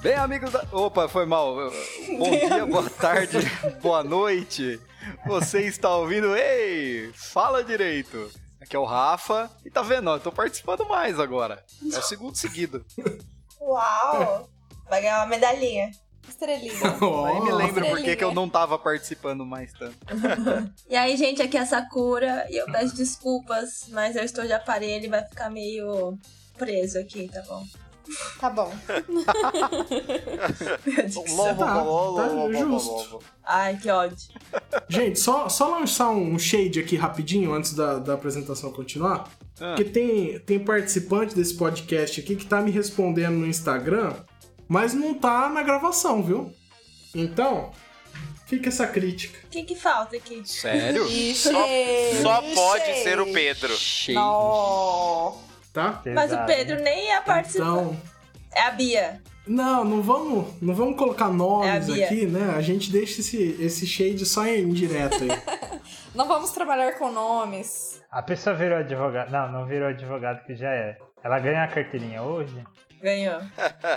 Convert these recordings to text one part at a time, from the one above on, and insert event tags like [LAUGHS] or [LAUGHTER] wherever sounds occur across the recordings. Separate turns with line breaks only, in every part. Bem, amigos da. Opa, foi mal. Bom dia, boa tarde, [LAUGHS] boa noite. Você está ouvindo? Ei, fala direito. Aqui é o Rafa. E tá vendo? ó, Eu tô participando mais agora. É o segundo seguido.
Uau! Vai ganhar uma medalhinha. Estrelinha.
Aí me lembra por que
Estrelinha.
que eu não tava participando mais tanto.
[LAUGHS] E aí, gente, aqui é a Sakura e eu peço desculpas, mas eu estou de aparelho e vai ficar meio preso aqui, tá bom?
Tá bom.
Meu Deus.
Tá, tá justo.
Ai, que ódio.
Gente, só, só lançar um shade aqui rapidinho antes da, da apresentação continuar.
Ah.
Porque tem, tem participante desse podcast aqui que tá me respondendo no Instagram, mas não tá na gravação, viu? Então, fica essa crítica.
O que que falta aqui?
Sério?
Só, só pode ser o Pedro.
Cheio.
Não.
Tá?
Mas o Pedro nem é participante.
Então,
É a Bia.
não, não vamos, não vamos colocar nomes
É a Bia.
aqui, né? A gente deixa esse, esse shade só em
[LAUGHS]
indireto aí.
Não vamos trabalhar com nomes.
A pessoa virou advogado. Não, não virou advogado que já é. Ela ganha a carteirinha hoje?
Ganhou.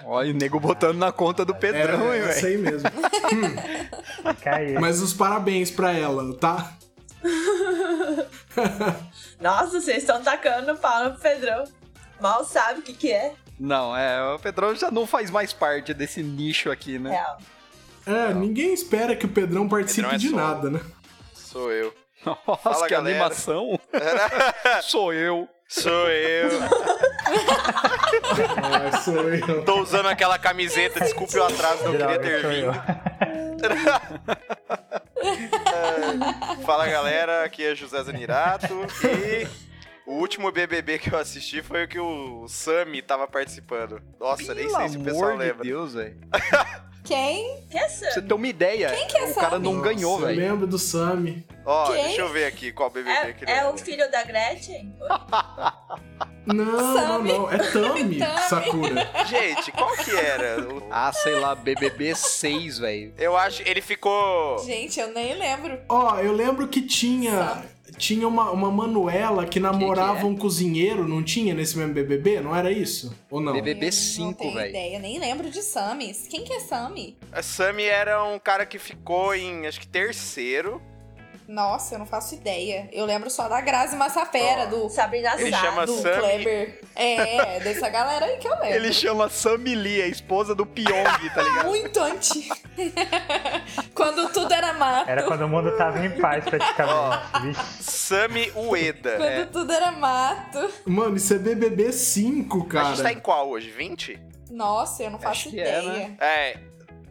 Olha, o nego botando na conta do
Era
Pedrão, hein,
É, isso
É velho.
aí mesmo.
Fica aí.
Mas os parabéns pra ela, tá?
Nossa, vocês estão tacando pau no Pedrão. Mal sabe o que que é.
Não, é, o Pedrão já não faz mais parte desse nicho aqui,
É.
né?
Real.
É, ninguém espera que o Pedrão participe
Pedrão é
de
solo.
nada,
[LAUGHS]
né?
Sou eu.
Nossa,
Fala,
que
galera.
animação. Sou eu.
Sou eu. É,
Ah, sou eu. [LAUGHS]
Tô usando aquela camiseta, desculpe o atraso, não queria
Droga,
ter
sou eu.
vindo. Fala galera, aqui é José Zanirato e o último BBB que eu assisti foi o que o Sami tava participando. Nossa, nem sei se o pessoal
amor de
lembra.
Deus, velho. Pra
Quem?
Que é Sam?
você ter uma ideia,
que é
o
essa?
cara não ganhou,
Então, Nossa, eu
velho.
Lembro do Sami.
Ó,
Quem?
deixa eu ver aqui qual BBB que ele
É, é o filho da Gretchen?
Não, não, não. [LAUGHS] É Tami, Sakura.
Gente, qual que era? O-
[LAUGHS]
Ah, sei lá, BBB 6, velho.
Eu acho, ele ficou...
Gente, eu nem lembro.
Ó, eu lembro que tinha tinha uma, uma Manuela que namorava
é?
um cozinheiro, não tinha nesse mesmo BBB? Não era isso? Ou não?
BBB
não
5,
tenho
velho.
ideia, nem lembro de Samis. Quem que é Sami?
A Sami era um cara que ficou em, acho que terceiro.
Nossa, eu não faço ideia. Eu lembro só da Grazi Massafera, do,
Sabrina
Ele
Sá.
chama
do
Sami.
Kleber. É, dessa galera aí que eu lembro. [LAUGHS]
Ele chama Samili, a esposa do Pyong, tá ligado?
Muito antigo. [LAUGHS] Quando tudo era mato.
Era quando o mundo tava em paz praticamente. Vixe,
Sami Ueda.
Quando
É.
tudo era mato.
Mano, isso é BBB 5,
A gente tá em
cara.
qual hoje? 20?
Nossa, eu não faço
Acho que é,
ideia.
É.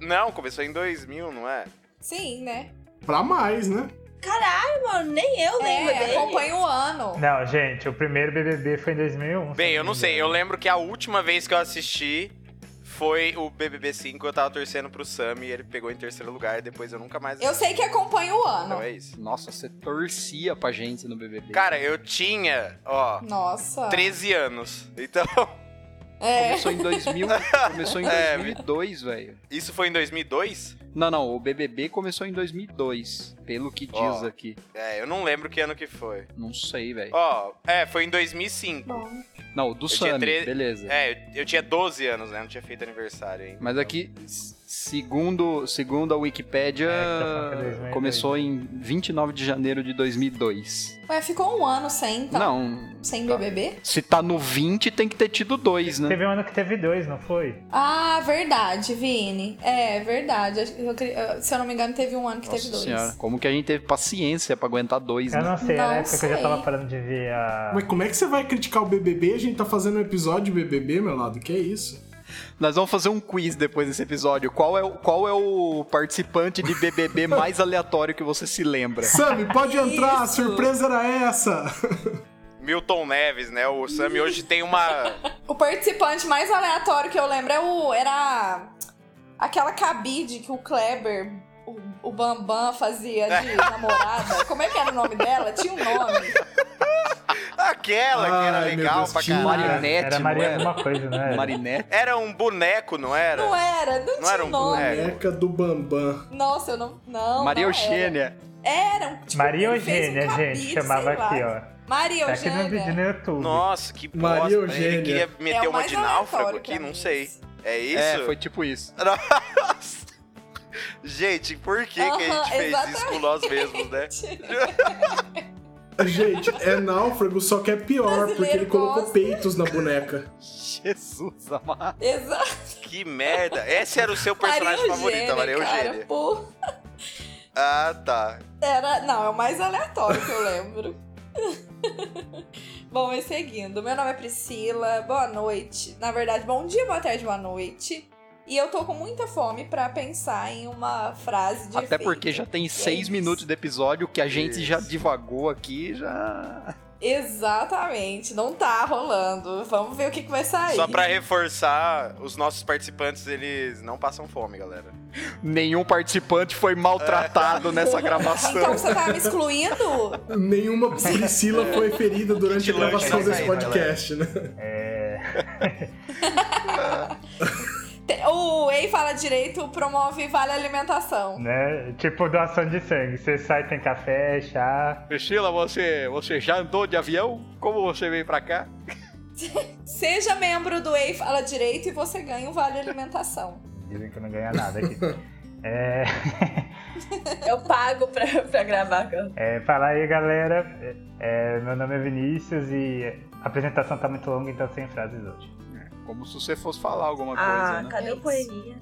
Não, começou em 2000, não é?
Sim, né?
Pra mais, né?
Caralho, mano, nem eu lembro
É,
dele.
acompanha o ano.
Não, gente, o primeiro BBB foi em 2001. se
Bem, eu não
me
sei.
engano.
Eu lembro que a última vez que eu assisti foi o BBB 5. Eu tava torcendo pro Sami e ele pegou em terceiro lugar. Depois eu nunca mais.
Eu sei que acompanha o
Então
ano.
é isso.
Nossa, você torcia pra gente no BBB.
Cara, eu tinha, ó,
Nossa.
13 anos. Então, [LAUGHS]
É.
Começou em 2000, começou em
É,
2002, velho.
isso foi em 2002?
Não, não, o BBB começou em 2002, pelo que diz
Ó.
aqui.
É, eu não lembro que ano que foi.
Não sei, velho.
Ó, é, foi em 2005.
Não, do
tinha
Sammy,
tre-
beleza.
É, eu, eu tinha 12 anos, né? Não tinha feito aniversário ainda.
Mas
então.
aqui, s- segundo, segundo a Wikipédia,
É, que tá falando que é 2002.
começou em 29 de janeiro de 2002.
Ué, ficou um ano sem, então.
Não,
Sem
Tá.
BBB?
se tá no 20 tem que ter tido dois, né?
Teve um ano que teve dois, não foi?
Ah, verdade, Vini. É, verdade. Acho que eu cre- eu- se eu não me engano, teve um ano que teve
Nossa
dois.
senhora, como que a gente teve paciência pra aguentar dois,
Eu
né?
não sei, era
Não
a época que eu já
sei.
tava parando de ver a.
Mas como é que você vai criticar o BBB? A gente tá fazendo um episódio de BBB, meu lado. Que isso?
Nós vamos fazer um quiz depois desse episódio. Qual é, o- qual é o participante de BBB mais aleatório que você se lembra?
Sami, [LAUGHS] pode entrar. A
Isso.
surpresa era essa.
Milton Neves, né? O Sami hoje tem
[LAUGHS]
uma.
O participante mais aleatório que eu lembro é o, era aquela cabide que o Kleber, o, o Bambam fazia
[LAUGHS]
de namorada. Como é que era o nome dela? Tinha um nome.
Aquela que era
Ai, meu
legal
Deus,
pra
tinha.
caralho. né?
Marinette,
era
não
Maria
era?
alguma coisa, né?
Marinette.
Era um boneco, não era?
Não era, não, tinha
era um
nome.
boneco.
Boneca do Bambam.
Nossa, eu não. não
Maria
não é. era.
Eugênia.
Era um tipo,
Maria
ele fez um
Eugênia,
cabide,
gente,
sei
chamava
lá.
aqui, ó.
Maria
Tá aqui no vídeo no
Eugênia.
YouTube.
Nossa, que
Maria
bosta. Ele
Eugênia.
queria
É
meter
o
uma
mais
de
aleatório
náufrago
pra
aqui, não
mim.
sei. É isso?
É, foi tipo isso.
[LAUGHS] Nossa. Gente, por que, que a gente
Aham,
fez isso com nós mesmos, né?
Gente, é náufrago, só que é pior,
Brasileiro
porque ele colocou
gosta.
peitos na boneca.
Jesus amado.
[LAUGHS] Exato.
Que merda. Esse era o seu personagem
Maria
favorito, a Maria
cara,
Eugênia.
pô.
Ah, tá.
Era, não, é o mais aleatório que eu lembro. [LAUGHS] Bom, e seguindo. Meu nome é Priscila. Boa noite. Na verdade, bom dia, boa tarde, boa noite. E eu tô com muita fome pra pensar em uma frase de
Até
efeito. é
porque já tem seis
isso.
minutos de episódio que a gente
Isso.
já divagou aqui, já.
Exatamente, não tá rolando. Vamos ver o que, que vai sair.
Só pra reforçar, os nossos participantes, eles não passam fome, galera.
Nenhum participante foi
É.
maltratado
[LAUGHS]
nessa
Então
gravação.
você tá me excluindo?
Nenhuma Priscila foi ferida durante a
Vigilante
é
gravação
não
desse
caiu,
podcast, né?
Te- O Ei Fala Direito promove Vale Alimentação.
Né? Tipo doação de sangue. Você sai, tem café, chá.
Priscila, você, você já andou de avião? Como você veio pra cá?
Seja membro do Ei Fala Direito e você ganha um Vale Alimentação.
Dizem que não ganha
[LAUGHS]
nada aqui. É,
Eu pago pra, pra gravar.
é, fala aí, galera. É, meu nome é Vinícius e a apresentação tá muito longa, então sem frases hoje.
Como se você fosse falar alguma coisa,
Ah,
né?
cadê
É
o
isso.
poeminha?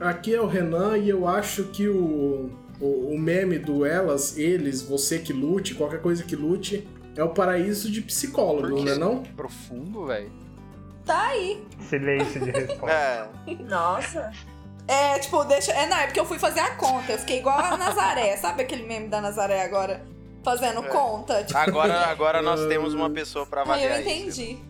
Aqui é o Renan e eu acho que o, o, o meme do elas, eles, você que lute, qualquer coisa que lute, é o paraíso de
Por
psicólogo,
quê?
não é não?
Profundo, velho.
Tá aí.
Silêncio de
[LAUGHS]
resposta.
É.
Nossa.
É, tipo, deixa. É, não, é porque eu fui fazer a conta. Eu fiquei igual a Nazaré. [LAUGHS] Sabe aquele meme da Nazaré agora? Fazendo
É.
conta? Tipo,
Agora, agora nós temos uma pessoa pra
aí eu
avaliar isso.
entendi.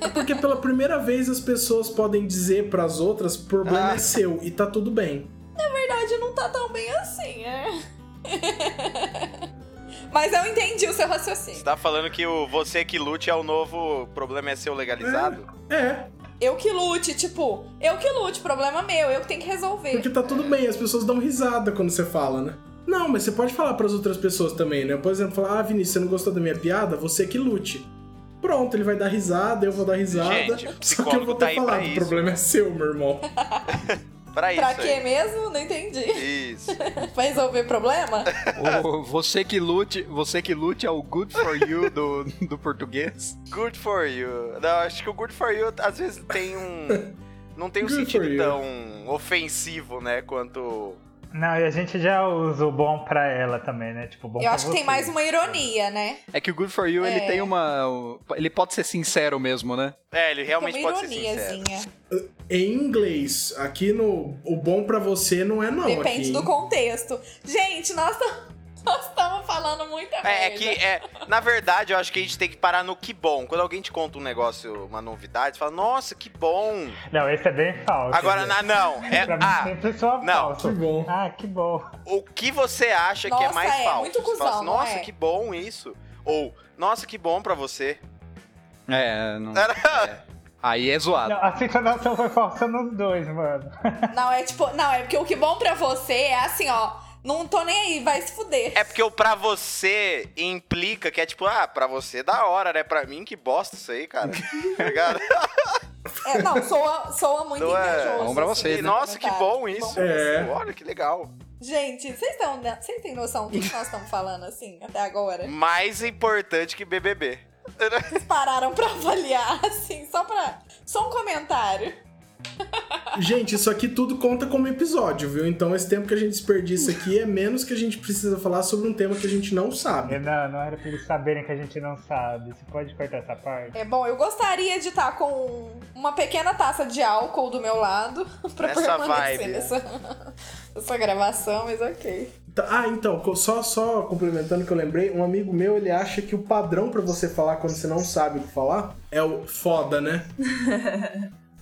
É porque pela primeira vez as pessoas podem dizer pras outras, problema
Ah.
é seu e tá tudo bem.
Na verdade, não tá tão bem assim, é. [LAUGHS] Mas eu entendi o seu
Você
raciocínio.
tá falando que o Você Que Lute é o novo Problema É Seu legalizado?
É,
Eu que lute, tipo, eu que lute, problema meu, eu que tenho que resolver.
porque tá tudo bem, as pessoas dão risada quando você fala, né? Não, mas você pode falar pras outras pessoas também, né? Por exemplo, falar: "Ah, Vinícius, você não gostou da minha piada? Você que lute". Pronto, ele vai dar risada, eu vou dar risada.
Gente,
só que eu
psicólogo
vou
tá
ter
aí pra
falado, o
isso.
problema é seu, meu irmão.
Pra É isso
[LAUGHS] Pra quê
aí. É
mesmo? Não entendi.
Isso. É
pra resolver problema?
Ô, você que lute, você que lute é o good for you do, do português.
Good for you. Não, acho que o good for you às vezes tem um. Não tem um
Good for
sentido
you.
tão ofensivo, né? Quanto.
Não, e a gente já usa o bom pra ela também, né? Tipo, bom
Eu
pra
acho que tem
você.
mais uma ironia, né?
É que o good for you ele
É.
tem uma, ele pode ser sincero mesmo, né?
É, ele
Tem uma
realmente pode ser sincero.
ironiazinha.
Em inglês, aqui no o bom pra você não é não.
Depende
aqui,
do
hein?
contexto. Gente, [LAUGHS] nós estamos falando muita merda.
É, é que, é, na verdade, eu acho que a gente tem que parar no que bom. Quando alguém te conta um negócio, uma novidade, você fala, nossa, que bom.
Não, esse é bem falso.
Agora, na,
né?
não. É,
Pra mim
ah,
sempre soa
não.
falso.
Que bom.
Ah, que bom.
o que você acha que é
Nossa,
mais
é,
falso?
muito
Você fala assim,
cuzão, não
nossa,
é?"
que bom isso. Ou, nossa, que bom pra você.
É,
[LAUGHS]
não- é. Aí é
Ah.
zoado.
Não, a situação foi falsa nos dois, mano. [LAUGHS]
Não, é tipo, não, é porque o que bom pra você é assim, ó. Não tô nem aí, vai se fuder.
É porque o pra você implica que é tipo, ah, pra você da hora, né? Pra mim, que bosta isso
[LAUGHS]
aí, cara. Tá ligado?
É, não, soa, soa muito
Não é.
invejoso. assim,
Bom pra você,
esse
E,
né?
nossa, que
comentário.
bom isso.
É.
Olha, que legal.
Gente, vocês estão, vocês têm noção do que que nós estamos falando assim até agora?
Mais importante que BBB.
Vocês pararam pra avaliar [LAUGHS] assim, só pra só um comentário.
Gente, isso aqui tudo conta como episódio, viu? Então esse tempo que a gente
[LAUGHS]
desperdiça aqui é menos que a gente precisa falar sobre um tema que a gente não sabe.
Não, não era pra eles saberem que a gente não sabe. Você pode cortar essa parte?
É bom, eu gostaria de estar com uma pequena taça de álcool do meu lado [LAUGHS] pra
Nessa
permanecer
vibe.
nessa, [LAUGHS] nessa gravação, mas ok.
Tá, Ah, então, co- só só complementando que eu lembrei, um amigo meu, ele acha que o padrão pra você falar quando você não sabe o que falar é o foda, né?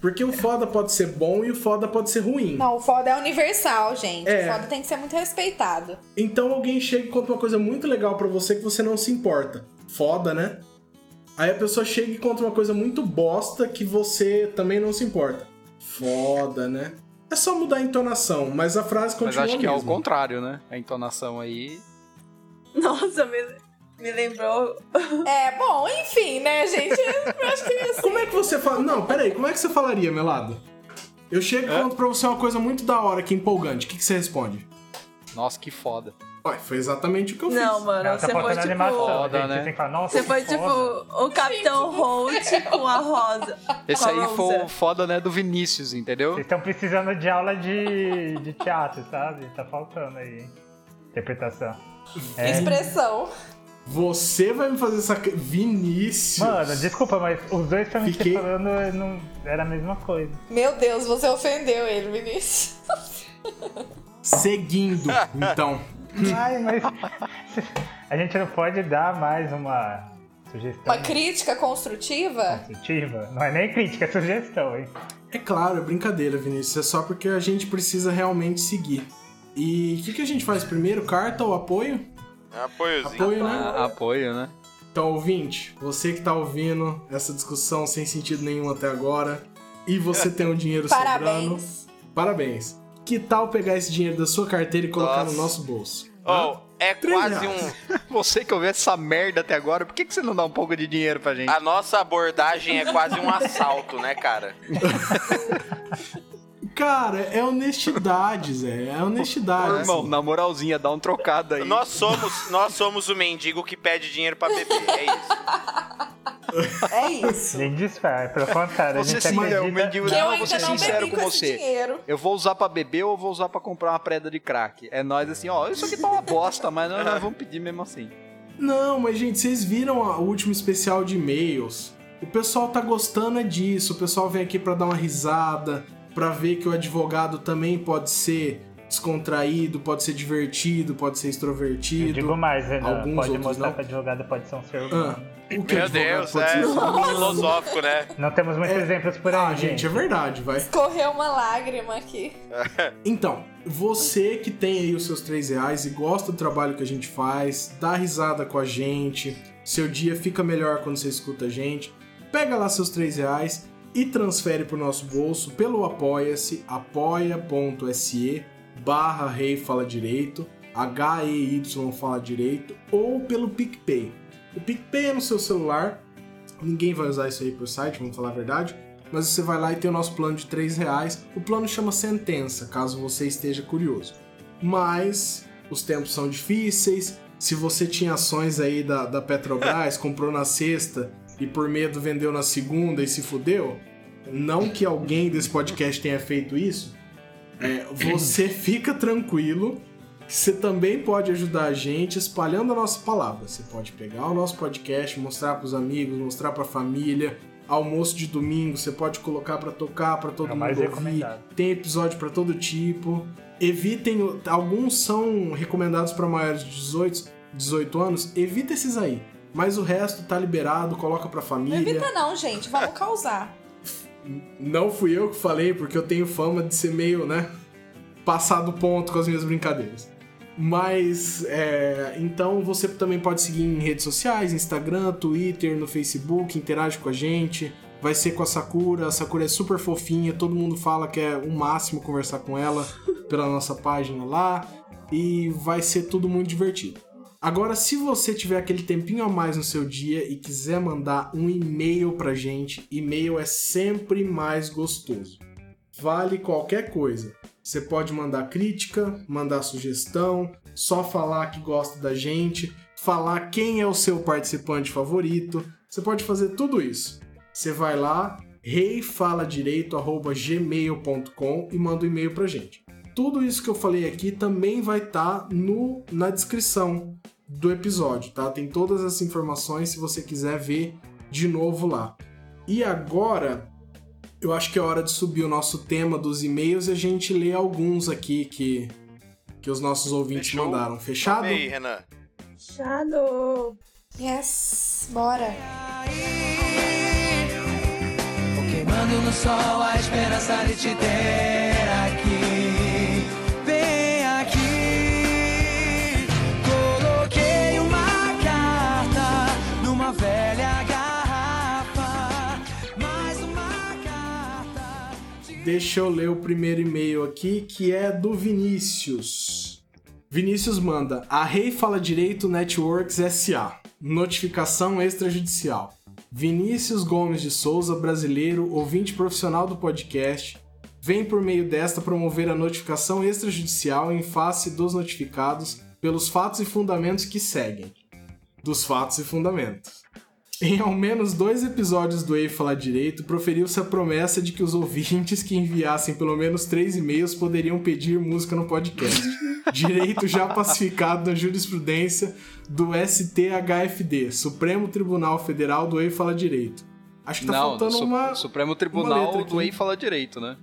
Porque o foda pode ser bom e o foda pode ser ruim.
Não, o foda é universal, gente.
É.
O foda tem que ser muito respeitado.
Então alguém chega e conta uma coisa muito legal pra você que você não se importa. Foda, né? Aí a pessoa chega e conta uma coisa muito bosta que você também não se importa. Foda, né? É só mudar a entonação, mas a frase
Mas
continua
acho
a
que é o
mesma.
contrário, né? A entonação aí.
[LAUGHS] Nossa, me, me lembrou.
É, bom, enfim, né, gente? Eu acho que assim,
é Como é que você fala? Não, peraí, como é que você falaria, Melado? Eu chego e conto pra você uma coisa muito da hora, que é empolgante. O que, que você responde?
Nossa, que foda.
Ué, foi exatamente o que
[LAUGHS]
eu
Não,
fiz.
mano,
Ela tá
você foi
faltando
tipo.
animação,
Foda,
gente.
né?
Você tem que falar, nossa,
Você foi
que
tipo
foda.
o Capitão Holt com a rosa.
Esse
com a
aí foi
rosa.
o foda, né, do Vinícius, entendeu?
Vocês estão precisando de aula de, de teatro, sabe? Tá faltando aí, hein? Interpretação. É.
Expressão.
Você vai me fazer essa... Vinícius.
Mano, desculpa, mas os dois pra mim
Fiquei-
falando eu não era a mesma
[LAUGHS]
coisa.
Meu Deus, você ofendeu ele, Vinícius.
Seguindo, então.
Ai, mas [LAUGHS] a gente não pode dar mais uma sugestão
É.
Uma crítica construtiva?
construtiva. Não é nem crítica, é sugestão, hein?
É claro, é brincadeira, Vinícius. É só porque a gente precisa realmente seguir. E o que, que a gente faz primeiro? Carta ou apoio?
É um apoiozinho.
Apoio, né?
Ah, apoio, né?
Então, ouvinte, você que tá ouvindo essa discussão sem sentido nenhum até agora, e você tem um
Tá
dinheiro sobrando,
Parabéns.
parabéns. Que tal pegar esse dinheiro da sua carteira e colocar
Nossa.
no nosso bolso?
Oh, é
Três
quase
reais.
um.
Você que ouviu essa merda até agora, por que, que você não dá um pouco de dinheiro pra gente?
A nossa abordagem é quase um assalto, né, cara?
Cara, é honestidade, Zé. É honestidade.
Ô, irmão,
assim.
na moralzinha, dá um trocado aí.
Nós somos, nós somos o mendigo que pede dinheiro pra beber. É isso.
É isso.
Nem desfaz, pelo contrário, a
você
gente
sim é um
acredita.
mendigo,
Que
não,
eu
eu vou
ainda
ser
não
sincero
bebi
com
com esse
você.
dinheiro.
Eu vou usar pra beber ou vou usar pra comprar uma preda de crack? É nós assim, ó, isso aqui tá uma bosta, mas nós, nós vamos pedir mesmo assim.
Não, mas gente, vocês viram a- o último especial de e-mails? O pessoal tá gostando é disso. O pessoal vem aqui pra dar uma risada, pra ver que o advogado também pode ser descontraído, pode ser divertido, pode ser
Eu
extrovertido.
digo mais, Renan,
Alguns
pode
outros
mostrar
não.
que advogado pode ser um ser
Ah,
humano.
o [LAUGHS] que
Meu
advogado
Deus,
pode
é
ser?
filosófico, né?
Não temos muitos
É.
exemplos por aí,
Ah, gente, é verdade, vai.
Correu uma lágrima aqui.
Então, você que tem aí os seus três reais e gosta do trabalho que a gente faz, dá risada com a gente, seu dia fica melhor quando você escuta a gente, pega lá seus três reais e transfere pro nosso bolso pelo apoia-se, apoia.se barra rei fala direito, H-E-Y fala direito, ou pelo PicPay. O PicPay é no seu celular, ninguém vai usar isso aí pro site, vamos falar a verdade mas você vai lá e tem o nosso plano de 3 reais. O plano chama Sentença, caso você esteja curioso. Mas os tempos são difíceis. Se você tinha ações aí da, da
[LAUGHS]
Petrobras, comprou na sexta e por medo vendeu na segunda e se fudeu, não que alguém desse podcast tenha feito isso, é,
[CLEARS THROAT]
você fica tranquilo. Você também pode ajudar a gente espalhando a nossa palavra. Você pode pegar o nosso podcast, mostrar para os amigos, mostrar para a família, almoço de domingo, você pode colocar pra tocar, pra todo
É o mais
mundo ouvir.
recomendado.
Tem episódio pra todo tipo. Evitem, o- alguns são recomendados pra maiores de 18, 18 anos, evita esses aí. Mas o resto tá liberado, coloca pra
Não
família.
evita não, gente. Vamos causar.
Não fui eu que falei, porque eu tenho fama de ser meio, né? Passado ponto com as minhas brincadeiras. Mas, é, então você também pode seguir em redes sociais, Instagram, Twitter, no Facebook, interage com a gente. Vai ser com a Sakura, a Sakura é super fofinha, todo mundo fala que é o máximo conversar com ela pela nossa página lá. E vai ser tudo muito divertido. Agora, se você tiver aquele tempinho a mais no seu dia e quiser mandar um e-mail pra gente, e-mail é sempre mais gostoso. Vale qualquer coisa. Você pode mandar crítica, mandar sugestão, só falar que gosta da gente, falar quem é o seu participante favorito. Você pode fazer tudo isso. Você vai lá, reifaladireito@gmail.com e manda o e-mail pra gente. Tudo isso que eu falei aqui também vai estar no na descrição do episódio, tá? Tem todas essas informações se você quiser ver de novo lá. E agora, eu acho que é hora de subir o nosso tema dos e-mails e a gente lê alguns aqui que, que os nossos ouvintes
Fechou?
mandaram. Fechado?
E aí, Renan?
Shadow.
Yes, bora.
Queimando no sol a esperança de te ter aqui. Vem aqui. Coloquei uma carta numa velha garrafa. Mais uma carta.
Deixa eu ler o primeiro e-mail aqui, que é do Vinícius. Vinícius manda: A Rei Fala Direito Networks SA. Notificação extrajudicial. Vinícius Gomes de Souza, brasileiro, ouvinte profissional do podcast, vem por meio desta promover a notificação extrajudicial em face dos notificados pelos fatos e fundamentos que seguem. Dos fatos e fundamentos. Em ao menos dois episódios do Ei Falar Direito, proferiu-se a promessa de que os ouvintes que enviassem pelo menos três e-mails poderiam pedir música
[LAUGHS]
no podcast. Direito já pacificado na jurisprudência do STHFD, Supremo Tribunal Federal do Ei Falar Direito. Acho que tá
não, do
faltando
Su-
uma.
Supremo
uma
Tribunal
letra
do
aqui.
Ei Fala Direito, né?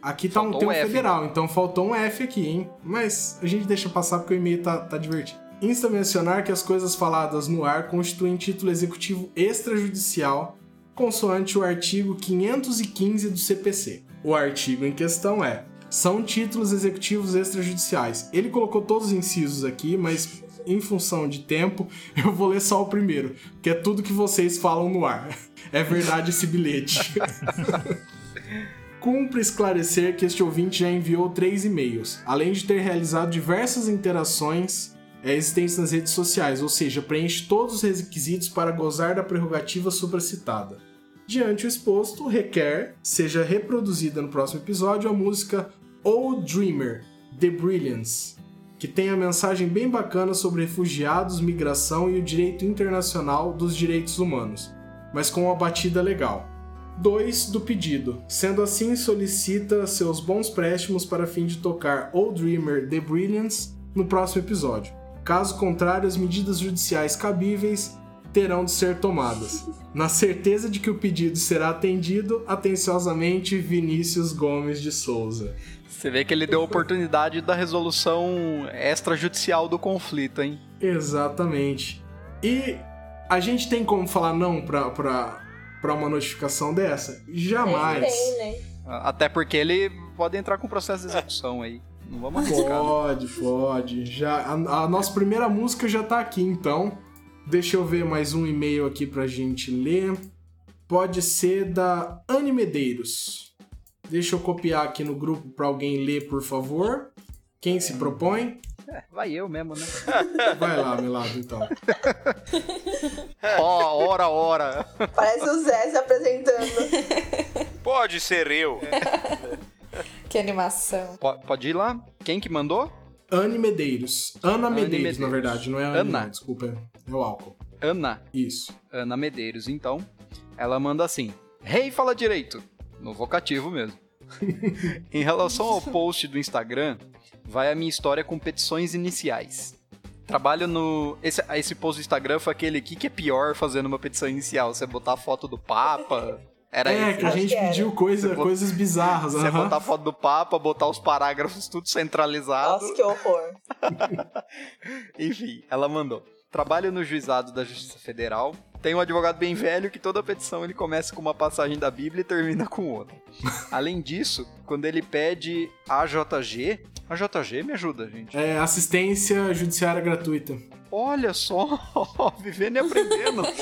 Aqui tá um,
Faltou
tem um
um F,
federal, então faltou um F aqui, hein? Mas a gente deixa passar porque o e-mail tá, tá divertido. Insta mencionar que as coisas faladas no ar constituem título executivo extrajudicial, consoante o artigo 515 do CPC. O artigo em questão é: são títulos executivos extrajudiciais. Ele colocou todos os incisos aqui, mas em função de tempo, [LAUGHS] eu vou ler só o primeiro, que é tudo que vocês falam no ar. [LAUGHS] É verdade esse bilhete. [LAUGHS] Cumpre esclarecer que este ouvinte já enviou três e-mails, além de ter realizado diversas interações é, existentes nas redes sociais, ou seja, preenche todos os requisitos para gozar da prerrogativa supracitada. Diante o exposto, requer seja reproduzida no próximo episódio a música O Dreamer, The Brilliance, que tem a mensagem bem bacana sobre refugiados, migração e o direito internacional dos direitos humanos, mas com uma batida legal. 2 do pedido. Sendo assim, solicita seus bons préstimos para fim de tocar O Dreamer The Brilliance no próximo episódio. Caso contrário, as medidas judiciais cabíveis terão de ser
[LAUGHS]
tomadas. Na certeza de que o pedido será atendido, atenciosamente, Vinícius Gomes de Souza.
Você vê que ele deu a oportunidade da resolução extrajudicial do conflito, hein?
Exatamente. E a gente tem como falar não pra, pra, pra uma notificação dessa? Jamais.
Tem, né?
Até porque ele pode entrar com processo de execução aí. Não vamos
é.
arriscar. né?
Pode, pode. Já, a, a nossa primeira música já tá aqui, então. Deixa eu ver mais um e-mail aqui pra gente ler. Pode ser da Anne Medeiros. Deixa eu copiar aqui no grupo pra alguém ler, por favor. Quem se propõe?
Vai eu mesmo, né?
Vai lá, Milagre, então.
Ó, ora, ora.
Parece o Zé se
[LAUGHS]
apresentando.
Pode ser eu.
É.
Que animação.
Po- Pode ir lá? Quem que mandou?
Anne Medeiros. Ana
Anne Medeiros.
Medeiros, na verdade, não é Anne,
Ana.
não, desculpa. É o álcool.
Ana.
Isso.
Ana Medeiros, então. Ela manda assim: Rei fala direito. No vocativo mesmo. [LAUGHS] em relação ao post do Instagram, vai a minha história com petições iniciais. Trabalho no. Esse, esse post do Instagram foi aquele que, que é pior fazendo uma petição inicial? Você botar a foto do Papa? Era
é,
esse,
que a
né?
acho
gente
que era.
pediu coisa,
Você bot-
coisas bizarras.
Você
aham.
botar a foto do Papa, botar os parágrafos tudo centralizado.
Nossa, que horror.
Enfim, ela mandou. Trabalho no juizado da Justiça Federal. Tem um advogado bem velho que toda petição ele começa com uma passagem da Bíblia e termina com
[LAUGHS]
outra. Além disso, quando ele pede AJG. AJG me ajuda, gente.
É, assistência judiciária gratuita.
Olha só, [LAUGHS] vivendo e aprendendo.
É,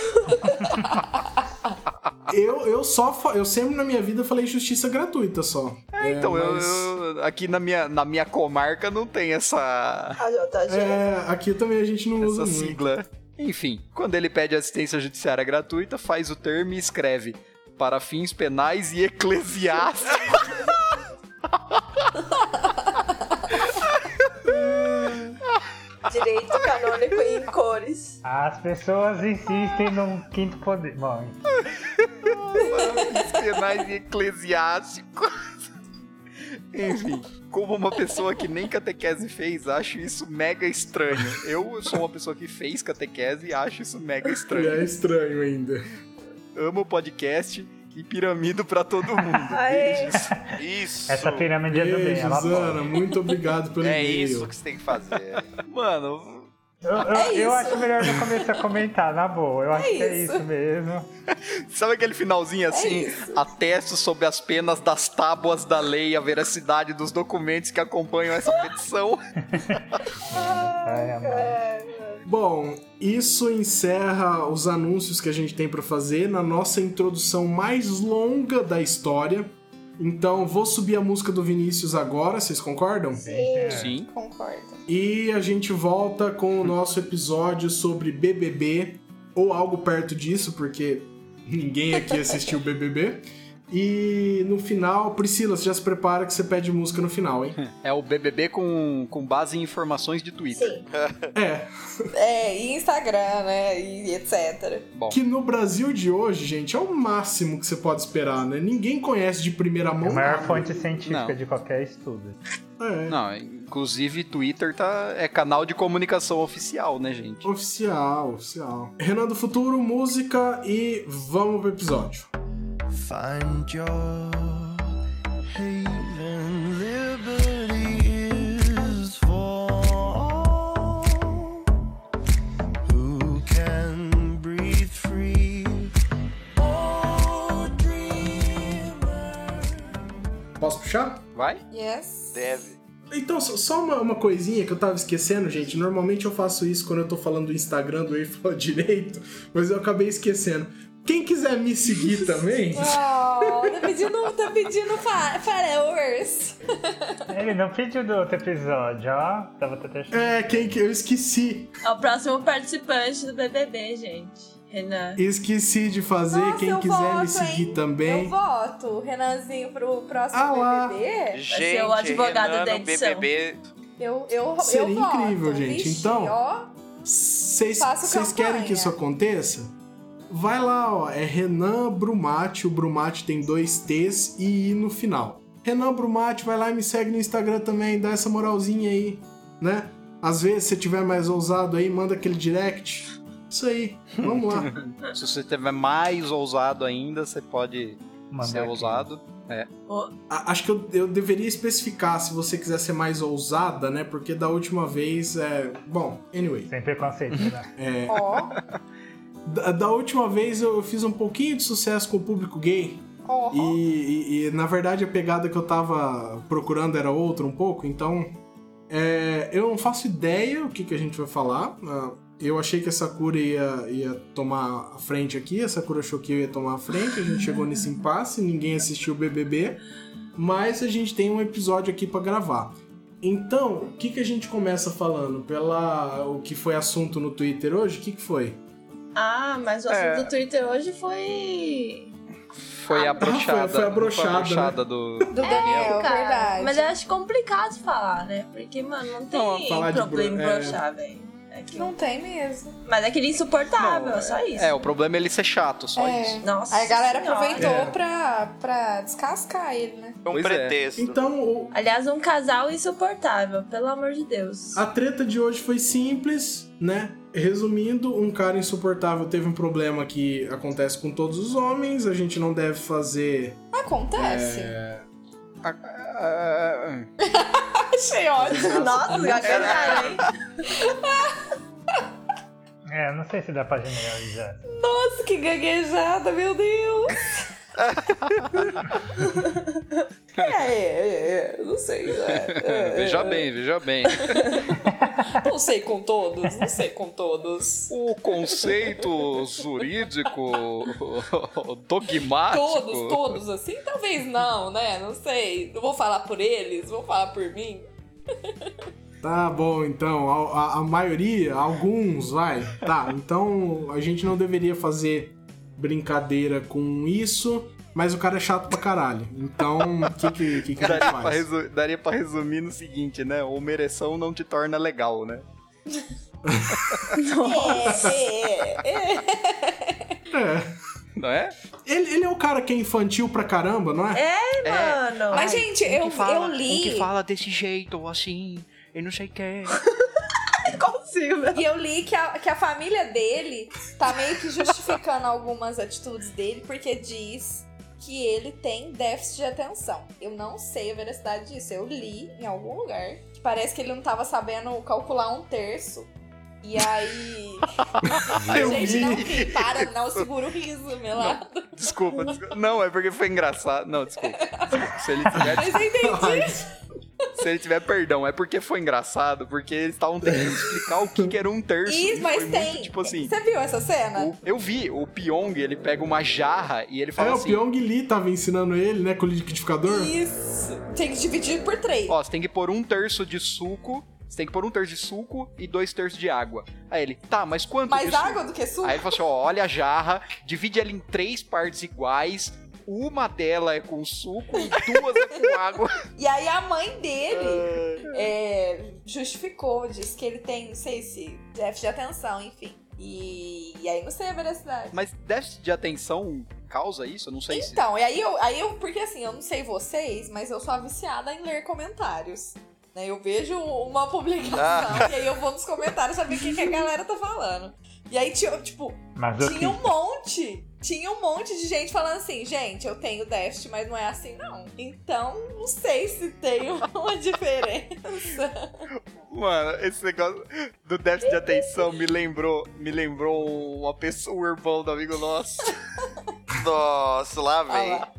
Eu, eu só. fa- Eu sempre na minha vida falei justiça gratuita só.
É, então, eu-
mas-
eu- aqui na minha, na minha comarca não tem essa.
A JG.
É, aqui também a gente não usa
essa
muito.
sigla. é Enfim, quando ele pede assistência judiciária gratuita, faz o termo e escreve para fins penais e eclesiásticos.
É.
Direito canônico em cores.
As pessoas insistem num quinto poder. Bom, enfim.
para fins penais e eclesiásticos. Enfim, como uma pessoa que nem catequese fez, acho isso mega estranho. Eu sou uma pessoa que fez catequese e acho isso mega
E É
estranho.
estranho ainda.
Amo o podcast e piramido pra todo mundo.
Aê.
Beijos.
Isso.
essa pirâmide é do bem,
Beijo,
ela
Zana.
pode.
Muito
[LAUGHS]
obrigado pelo
É
e-mail.
isso que você tem que
[LAUGHS]
fazer.
É,
Mano,
Eu, eu,
É
eu
isso.
acho melhor não começar a comentar, na boa. Eu acho que é
isso.
isso mesmo.
Sabe aquele finalzinho assim? Atesto sobre as penas das tábuas da lei a veracidade dos documentos que acompanham essa petição.
Ai, amor.
Bom, isso encerra os anúncios que a gente tem pra fazer na nossa introdução mais longa da história. Então, vou subir a música do Vinícius agora, vocês concordam?
É.
É.
Sim.
Concordo.
E a gente volta com o nosso episódio sobre BBB ou algo perto disso, porque ninguém aqui assistiu BBB. E no final, Priscila, você já se prepara que você pede música no final, hein?
É o BBB com, com base em informações de Twitter.
Sim.
É.
É, e Instagram, né? E etc.
Bom,
Que no Brasil de hoje, gente, é o máximo que você pode esperar, né? Ninguém conhece de primeira
É
mão.
a maior
nada.
fonte científica
Não.
de qualquer estudo.
É.
não, inclusive Twitter tá, é canal de comunicação oficial, né, gente?
É, Oficial, oficial. Renan do Futuro, música e vamos pro episódio.
Find your haven. Liberty is for all who can breathe free. Oh, dreamer.
Posso puxar?
Vai?
Yes.
Deve.
Então, só- só uma, uma coisinha que eu tava esquecendo, gente. Normalmente eu faço isso quando eu tô falando do Instagram do Eiffel [LAUGHS] direito, mas eu acabei esquecendo. Quem quiser me seguir
[LAUGHS]
também,
Oh, tá pedindo, tá pedindo fa- followers.
Ele não pediu do outro episódio, ó. Tava até achando.
é quem que eu esqueci.
É o próximo participante do BBB, gente. Renan.
Esqueci de fazer.
Nossa,
quem
eu
quiser me
voto,
seguir
hein?
também.
Eu voto, Renanzinho, pro próximo
Ah lá.
BBB.
Gente,
ser o advogado
Renan
da
no
edição.
BBB.
Eu, eu,
Seria
eu voto.
incrível, gente.
Vixe,
Então-
ó.
Vocês
Faço
vocês querem
campanha.
que isso aconteça? Vai lá, ó, é Renan Brumati, o Brumati tem dois T's e I no final. Renan Brumati, vai lá e me segue no Instagram também, dá essa moralzinha aí, né? Às vezes, se tiver mais ousado aí, manda aquele direct. Isso aí, vamos lá.
É.
Se você tiver mais ousado ainda, você pode ser
aqui.
é ousado.
A- Acho que eu, eu deveria especificar se você quiser ser mais ousada, né? Porque da última vez é. Bom, anyway.
Sem preconceito, né?
é.
Ó,
Da, da última vez eu eu fiz um pouquinho de sucesso com o público gay.
ó.
E, e- e, na verdade a pegada que eu tava procurando era outra um pouco, então é, eu não faço ideia o que, que a gente vai falar. Ah, Eu achei que a Sakura ia, ia tomar a frente aqui, a Sakura achou que eu ia tomar a frente, a gente chegou
[LAUGHS]
nesse impasse, ninguém assistiu o BBB, mas a gente tem um episódio aqui pra gravar. Então, o que, que a gente começa falando? Pela o que foi assunto no Twitter hoje? O que, que foi?
Ah, mas o assunto do Twitter hoje foi.
Ah,
Foi a brochada.
foi- foi a brochada,
né?
Foi a brochada do.
Do Daniel,
É, cara,
É, verdade.
Mas é- eu acho complicado falar, né? Porque, mano, não tem
Não, falar de
problema
bro-
em
é.
broxar, velho. É que-
Não tem mesmo.
Mas é aquele insuportável,
Não,
só isso.
É, o problema é ele ser chato, só
É.
isso.
Nossa.
Aí a galera
Senhora.
aproveitou
É.
pra, pra descascar ele, né?
É um
Pois é.
pretexto.
Então, o,
Aliás, um casal insuportável, pelo amor de [LAUGHS] Deus.
A treta de hoje foi simples, né? Resumindo, um cara insuportável teve um problema que acontece com todos os homens, a gente não deve fazer.
Acontece.
É.
É,
Ah,
Achei ótimo.
Nossa, gaguejaram, hein?
É, não sei se dá pra generalizar.
Nossa, que gaguejada,
[LAUGHS]
meu Deus. é, é, é, não sei. é, é,
Veja bem, veja bem.
Não sei com todos, não sei com todos.
O conceito jurídico [LAUGHS] dogmático.
Todos, todos assim? Talvez não, né? Não sei. Não vou falar por eles, vou falar por mim.
Tá bom, então, a, a- a maioria, alguns, vai. Tá, então a gente não deveria fazer brincadeira com isso, mas o cara é chato pra caralho. Então, o que, que, que, que a gente
Daria pra,
faz?
resu- daria pra resumir no seguinte, né? O mereção não te torna legal, né?
É, é, é.
É.
Não é?
Ele, ele é o cara que é infantil pra caramba, não é?
É, mano.
Mas, gente, eu, eu li.
fala desse jeito, assim, e não sei o que.
consigo, né?
E eu li que a, que a família dele tá meio que justificando algumas atitudes dele, porque diz que ele tem déficit de atenção. Eu não sei a veracidade disso. Eu li em algum lugar que parece que ele não tava sabendo calcular um terço. E aí.
Eu
gente,
vi.
não ri, para, não segura o riso, meu lá.
Desculpa, desculpa. Não, é porque foi engraçado. Não, desculpa. Se ele tiver,
Mas eu entendi.
se ele tiver perdão, é porque foi engraçado, porque eles estavam tentando explicar o que, que era um terço.
Isso,
e
mas
foi
tem.
Muito, tipo assim,
Você viu essa cena?
o- eu vi, o Pyong, ele pega uma jarra e ele fala
É, o
assim...
Pyong Lee tava ensinando ele, né, com o liquidificador.
Isso. Tem que dividir por três.
Ó, você tem que pôr um terço de suco. Você tem que pôr um terço de suco e dois terços de água. Aí ele, tá, mas quanto
Mais
de suco?
água do que suco?
Aí ele falou assim: ó, olha a jarra, divide ela em três partes iguais, Uma dela é com suco e duas é com água.
E aí a mãe dele é, justificou, disse que ele tem, não sei se, déficit de atenção, enfim. E, e aí não sei a veracidade.
Mas déficit de atenção causa isso? Eu não sei se.
Então, e aí eu, aí eu, porque assim, eu não sei vocês, mas eu sou a viciada em ler comentários. Né? Eu vejo uma publicação
Ah.
[LAUGHS] e aí eu vou nos comentários saber o que, que a galera tá falando. E aí, tinha, tipo,
Mas
tinha
[LAUGHS]
um
assim,
monte, tinha um monte de gente falando assim, gente, eu tenho déficit, mas não é assim não. Então, não sei se tem [LAUGHS] uma diferença.
Mano, esse negócio do déficit de atenção me lembrou, me lembrou uma pessoa, o irmão do amigo nosso.
Nossa, lá vem. [LAUGHS]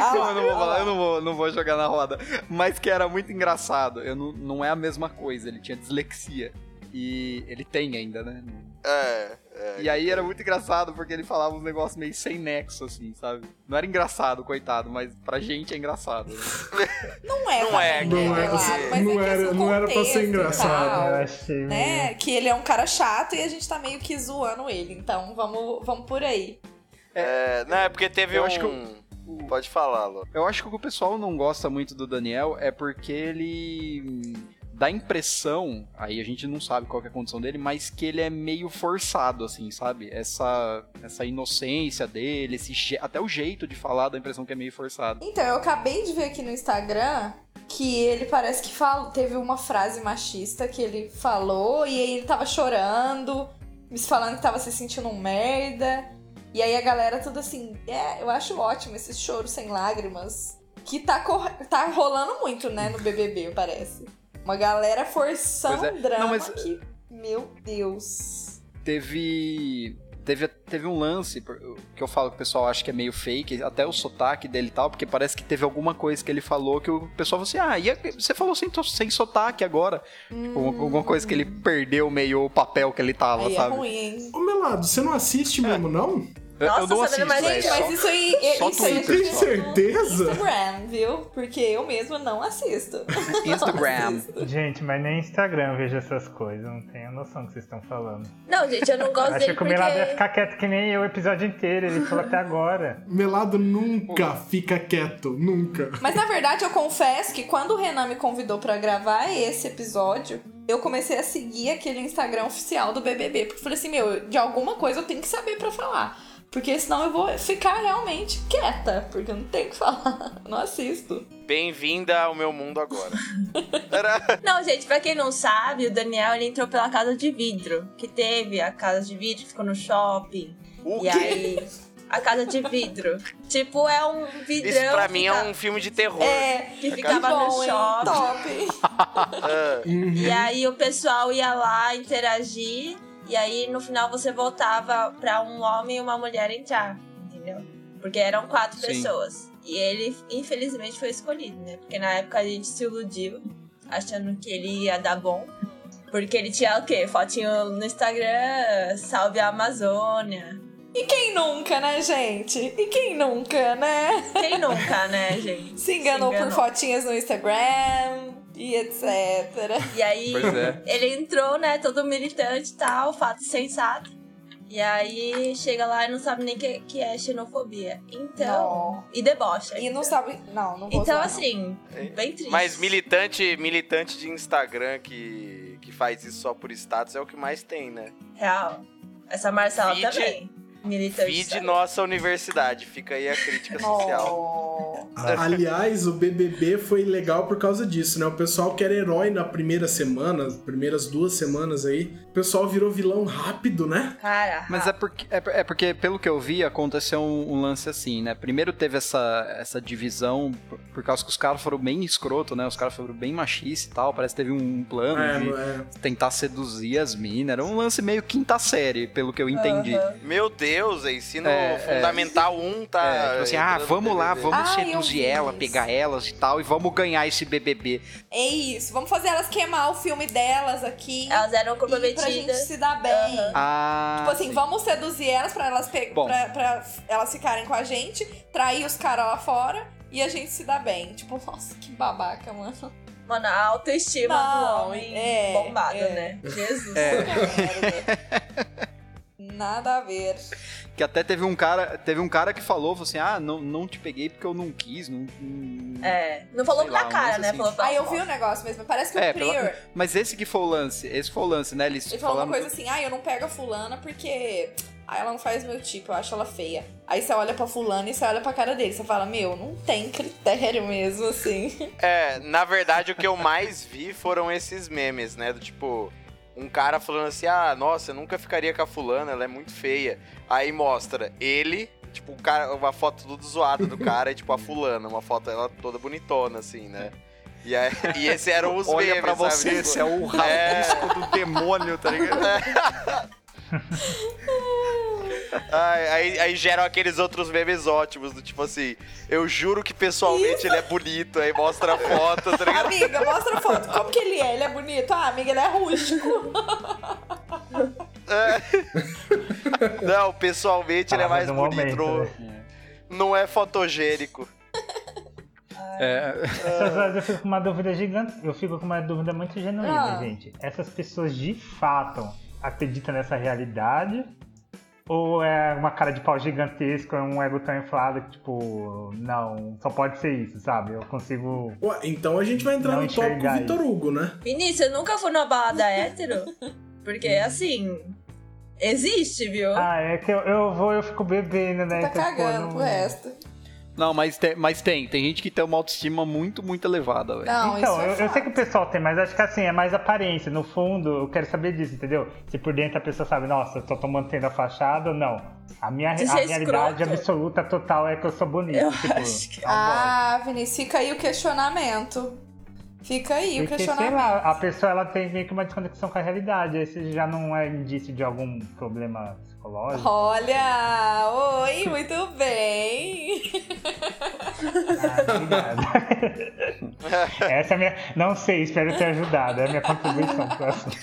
Ah lá. Ah
Não,
lá,
eu não vou
ah
falar,
lá.
eu não vou, não vou jogar na roda. Mas que era muito engraçado. Eu não, não é a mesma coisa, ele tinha dislexia. E ele tem ainda, né?
É, é.
E aí era muito engraçado porque ele falava uns negócios meio sem nexo, assim, sabe? Não era engraçado, coitado, mas pra gente é engraçado. né?
Não é,
Não
pra
é,
mim,
não
né,
é,
claro,
assim,
mas é
não
que,
era-
assim, o
não era pra ser
contexto e
engraçado,
tal,
eu achei.
Né? Que ele é um cara chato e a gente tá meio que zoando ele. Então vamos, vamos por aí.
É, não, é porque teve
Eu
um...
acho que
Pode falar, Lô.
Eu acho que o que o pessoal não gosta muito do Daniel é porque ele hum, dá a impressão, aí a gente não sabe qual que é a condição dele, mas que ele é meio forçado, assim, sabe? Essa, essa inocência dele, esse je- até o jeito de falar dá a impressão que é meio forçado.
Então, eu acabei de ver aqui no Instagram que ele parece que falou, teve uma frase machista que ele falou e aí ele tava chorando, me falando que tava se sentindo um merda. E aí a galera tudo assim, é, eu acho ótimo esse choro sem lágrimas. Que tá, cor- tá rolando muito, né, no BBB, parece. Uma galera forçando
Pois é. Não,
drama
mas-
que, meu Deus.
Teve. Teve, teve um lance por- que eu falo que o pessoal acha que é meio fake, até o sotaque dele e tal, porque parece que teve alguma coisa que ele falou que o pessoal falou assim: ah, e a- você falou sem, to- sem sotaque agora. Tipo, alguma alguma coisa que ele perdeu meio o papel que ele tava,
Hum. Aí é
sabe?
ruim, hein?
Ô, Melado, você não
É.
assiste mesmo, não?
Eu-
Nossa,
eu não
sabendo
assisto,
mais
velho.
Gente, mas isso aí.
é só
isso aí
Twitter,
tem
só.
no
Certeza?
Instagram, viu? Porque eu mesmo não assisto. Não
Instagram.
assisto.
Gente, mas nem Instagram eu vejo essas coisas, eu não tenho noção do que vocês estão falando.
Não, gente, eu não gosto
Achei
dele
que é o Melado ia
porque.
ficar quieto que nem eu o episódio inteiro, ele falou até agora.
Melado nunca fica quieto, nunca.
Mas na verdade eu confesso que quando o Renan me convidou pra gravar esse episódio, eu comecei a seguir aquele Instagram oficial do BBB. Porque eu falei assim, meu, de alguma coisa eu tenho que saber pra falar. Porque senão eu vou ficar realmente quieta, porque eu não tenho o que falar, [LAUGHS] não assisto.
Bem-vinda ao meu mundo
[LAUGHS]
agora. Era-
Não, gente, pra quem não sabe, o Daniel ele entrou pela casa de vidro. Que teve a casa de vidro, ficou no shopping.
O
e
quê?
aí. A casa de vidro. tipo, é um vidrão.
Isso pra
que
mim é
tá-
um filme de terror.
É,
Que
que
ficava
bom,
no
hein?
shopping.
Top.
Ah,
E aí o pessoal ia lá interagir. E aí no final você voltava pra um homem e uma mulher entrar. Entendeu? Porque eram quatro
Sim.
pessoas. E ele, infelizmente, foi escolhido, né? Porque na época a gente se iludiu, achando que ele ia dar bom. Porque ele tinha o quê? Fotinho no Instagram, salve a Amazônia.
E quem nunca, né, gente? E quem nunca, né?
Quem nunca, né, gente?
Se enganou, por fotinhas no Instagram e etc.
E aí
Pois é.
ele entrou, né, todo militante e tal, fato sensato. E aí chega lá e não sabe nem que, que é xenofobia. Então.
Não.
E debocha.
E não sabe. Não, não vou
Então,
zoar,
assim,
É.
bem triste.
Mas militante, militante de Instagram que, que faz isso só por status é o que mais tem, né?
Real. Essa Marcela
Vide-
também. Militante.
Vide
sabe?
nossa universidade, fica aí a
[LAUGHS]
crítica
não.
social.
Oh.
Ah.
Aliás, o BBB foi legal por causa disso, né? O pessoal que era herói na primeira semana, as primeiras duas semanas aí, o pessoal virou vilão rápido, né?
Cara.
Mas é porque, é, por- é porque, pelo que eu vi, aconteceu um, um lance assim, né? Primeiro teve essa, essa divisão, por, por causa que os caras foram bem escroto, né? Os caras foram bem machistas e tal. Parece que teve um plano
É,
de
é.
tentar seduzir as minas. Era um lance meio quinta série, pelo que eu entendi.
Aham.
Meu Deus, é ensino
É, é.
fundamental 1 tá.
É, tipo assim, ah,
entrando no
vamos lá,
BBB.
vamos
Ah, eu vi
seduzir ela,
isso.
pegar elas e tal, e vamos ganhar esse BBB.
É isso. Vamos fazer elas queimar o filme delas aqui.
é-
Elas eram
e pra gente
comprometidas.
se dar bem.
Ah,
Tipo assim,
sim.
vamos seduzir elas pra elas, pe...
Bom.
pra, pra elas ficarem com a gente, trair os caras lá fora e a gente se dá bem. Tipo, [LAUGHS] nossa, que babaca, mano. [LAUGHS]
Mano, a autoestima
Não,
do homem
é,
bombado,
é.
né? Jesus.
[LAUGHS]
Puta merda. Nada a ver.
Que até teve um cara, teve um cara que falou, falou assim, ah, não, não te peguei porque eu não quis, não... não-
É. Não falou
Sei
pra
lá, um
cara,
lance
né?
assim.
Falou pra
Aí eu vi o negócio mesmo, parece que
É,
o Prior,
pela- mas esse que foi o lance, esse foi o lance, né? Eles
ele falou
falaram
uma coisa assim, ah, eu não pego a fulana porque ah, ela não faz meu tipo, eu acho ela feia. Aí você olha pra fulana e você olha pra cara dele, você fala, meu, não tem critério mesmo, assim.
É, na verdade, o que eu mais vi foram esses memes, né? Do tipo, um cara falando assim, ah, nossa, eu nunca ficaria com a fulana, ela é muito feia. Aí mostra ele, tipo, o cara, uma foto tudo zoada do cara, e tipo, a fulana, uma foto ela toda bonitona, assim, né? E, aí, e esses eram os
Olha
memes,
pra
sabe?
você,
Tipo,
esse é o rabisco do demônio, tá ligado?
É.
Ai, aí, aí geram aqueles outros memes ótimos, do tipo assim, eu juro que pessoalmente ele é bonito, aí mostra a foto, tá ligado?
Amiga, mostra a foto. Como que ele é? Ele é bonito? Ah, amiga, ele é rústico.
Não, pessoalmente ele é mais
Palavra do
bonito,
Ah, momento, né?
não- não é fotogênico.
É,
Essas horas eu fico com uma dúvida gigante. Eu fico com uma dúvida muito genuína,
Ah.
gente. Essas pessoas de fato acreditam nessa realidade? Ou é uma cara de pau gigantesco, é um ego tão inflado que, tipo, não, só pode ser isso, sabe? Eu consigo.
Ué, então a gente vai entrar
Não
no tópico
enxergar
Vitor Hugo, né?
Vinícius, eu nunca fui numa balada hétero. Porque,
Hum.
assim, existe, viu?
Ah, é que eu, eu vou, eu fico bebendo, né?
Tá
Então, pô,
cagando
não-
pro resto.
não, mas, tem- mas tem. Tem gente que tem uma autoestima muito, muito elevada, velho.
Não,
Então,
isso
eu,
é
eu sei que o pessoal tem, mas acho que assim, é mais aparência. No fundo, eu quero saber disso, entendeu? Se por dentro a pessoa sabe, nossa, eu só tô mantendo a fachada, não. A minha, a
Isso é
realidade
escroto.
absoluta total é que eu sou bonito.
Eu
tipo,
acho que-
Ah, Vinícius, fica aí o questionamento. Fica aí o
Porque, sei
questionamento.
lá, a pessoa ela tem meio que uma desconexão com a realidade. Esse já não é indício de algum problema
[LAUGHS]
psicológico.
Olha, oi, muito bem.
Ah, obrigado. Essa é a minha. Não sei, espero ter ajudado. É a minha contribuição pro assunto.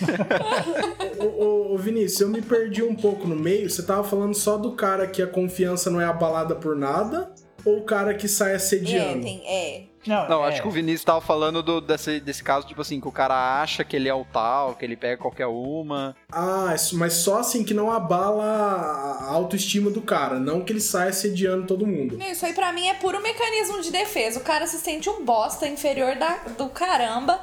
Ô, ô, ô, Vinícius, eu me perdi um pouco no meio. Você tava falando só do cara que a confiança não é abalada por nada ou o cara que sai
É,
assediando?
tem, é.
Não,
é.
acho que o Vinícius tava falando do- desse, desse caso, tipo assim, que o cara acha que ele é o tal, que ele pega qualquer uma.
Ah, isso- mas só assim que não abala a a autoestima do cara, não que ele saia assediando todo mundo.
Meu, isso aí pra mim é puro mecanismo de defesa. O cara se sente um bosta inferior da, do caramba.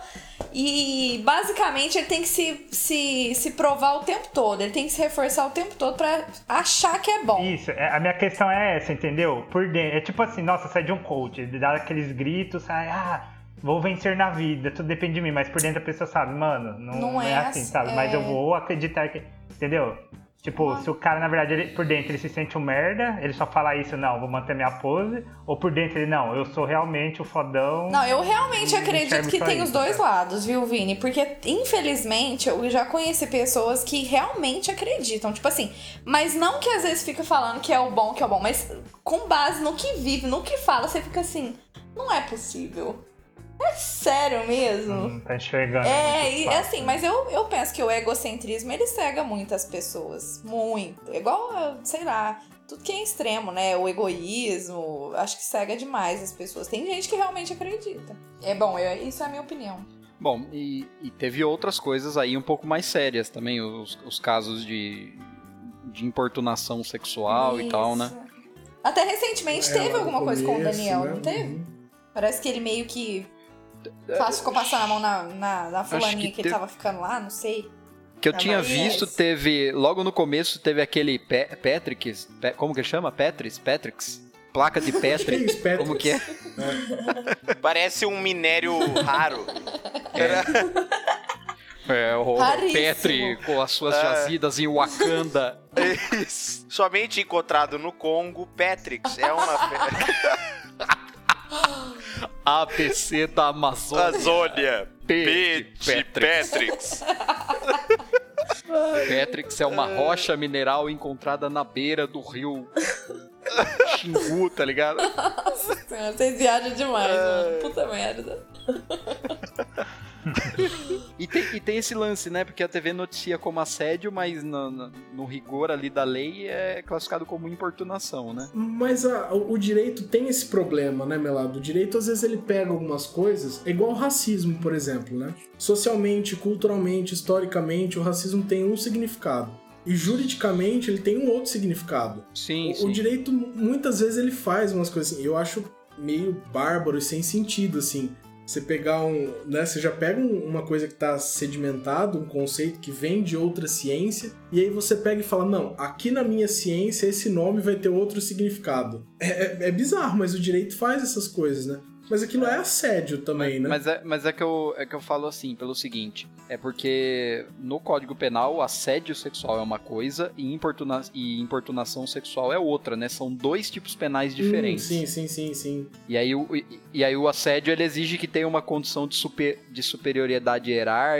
E basicamente ele tem que se, se, se provar o tempo todo. Ele tem que se reforçar o tempo todo pra achar que é bom.
Isso, é, a minha questão é essa, entendeu? Por dentro. É tipo assim, nossa, sai de um coach, ele dá aqueles gritos, sai, ah, vou vencer na vida, tudo depende de mim, mas por dentro a pessoa sabe, mano, não,
Não
não é,
é
assim,
assim,
sabe? Mas
é.
eu vou acreditar que. Entendeu? Tipo, se o cara, na verdade, ele, por dentro ele se sente um merda, ele só fala isso, não, vou manter minha pose, ou por dentro ele, não, eu sou realmente o fodão.
Não, eu realmente acredito
enxergo
que
só
tem
isso,
os dois
tá?
lados, viu, Vini? Porque, infelizmente, eu já conheci pessoas que realmente acreditam. Tipo assim, mas não que às vezes fica falando que é o bom, que é o bom, mas com base no que vive, no que fala, você fica assim, não é possível. É sério mesmo?
Não tá enxergando.
É,
muito
e
fácil.
assim, mas eu, eu penso que o egocentrismo ele cega muitas pessoas. Muito. É Igual, sei lá, tudo que é extremo, né? O egoísmo, acho que cega demais as pessoas. Tem gente que realmente acredita. É bom, eu- isso é a minha opinião.
Bom, e, e teve outras coisas aí um pouco mais sérias também, os, os casos de, de importunação sexual e tal, né?
Isso. Até recentemente
É,
teve
lá no
alguma coisa com o
começo,
Daniel,
né?
não teve?
Uhum.
Parece que ele meio que faz- ficou passando a mão na, na, na fulaninha que,
teve-
ele tava ficando lá, não sei. [LAUGHS]
Que eu
Ah,
tinha
mas-
visto, teve. Logo no começo teve aquele Pe Patrick's. Pe- como que chama? Patrick's? Patrick's? Placa de
Acho que é
Patrick.
isso, Patrick.
Como que é?
Parece um minério raro.
É, o
Raríssimo.
Petri com as suas jazidas em Wakanda.
Isso. Somente encontrado no Congo, Patrix é uma fe-
ABC da Amazônia.
[LAUGHS] Amazônia.
P
P
de
de Patrix.
Patrix é uma rocha mineral encontrada na beira do rio Xingu, tá ligado?
Nossa, Vocês viajam demais,
É.
mano. Puta merda.
E tem, e tem esse lance, né? Porque a TV noticia como assédio, mas no, no- no rigor ali da lei é classificado como importunação, né?
Mas a- o o direito tem esse problema, né, Melado? O direito, às vezes, ele pega algumas coisas, é igual o racismo, por exemplo, né? Socialmente, culturalmente, historicamente, o racismo tem um significado. E juridicamente ele tem um outro significado.
Sim,
O- o, direito, mu- muitas vezes, ele faz umas coisas assim. Eu acho meio bárbaro e sem sentido, assim. Você pegar um. Né, você já pega um- uma coisa que tá sedimentado, um conceito que vem de outra ciência, e aí você pega e fala: não, aqui na minha ciência esse nome vai ter outro significado. É, é- é bizarro, mas o direito faz essas coisas, né? Mas aquilo é assédio também, né?
Mas, é, mas é, que eu, é que eu falo assim, pelo seguinte: é porque no Código Penal, assédio sexual é uma coisa e, importuna e importunação sexual é outra, né? São dois tipos penais diferentes.
Hum, sim, sim, sim, sim.
E, aí, o- e, e aí o assédio ele exige que tenha uma condição de, super, de superioridade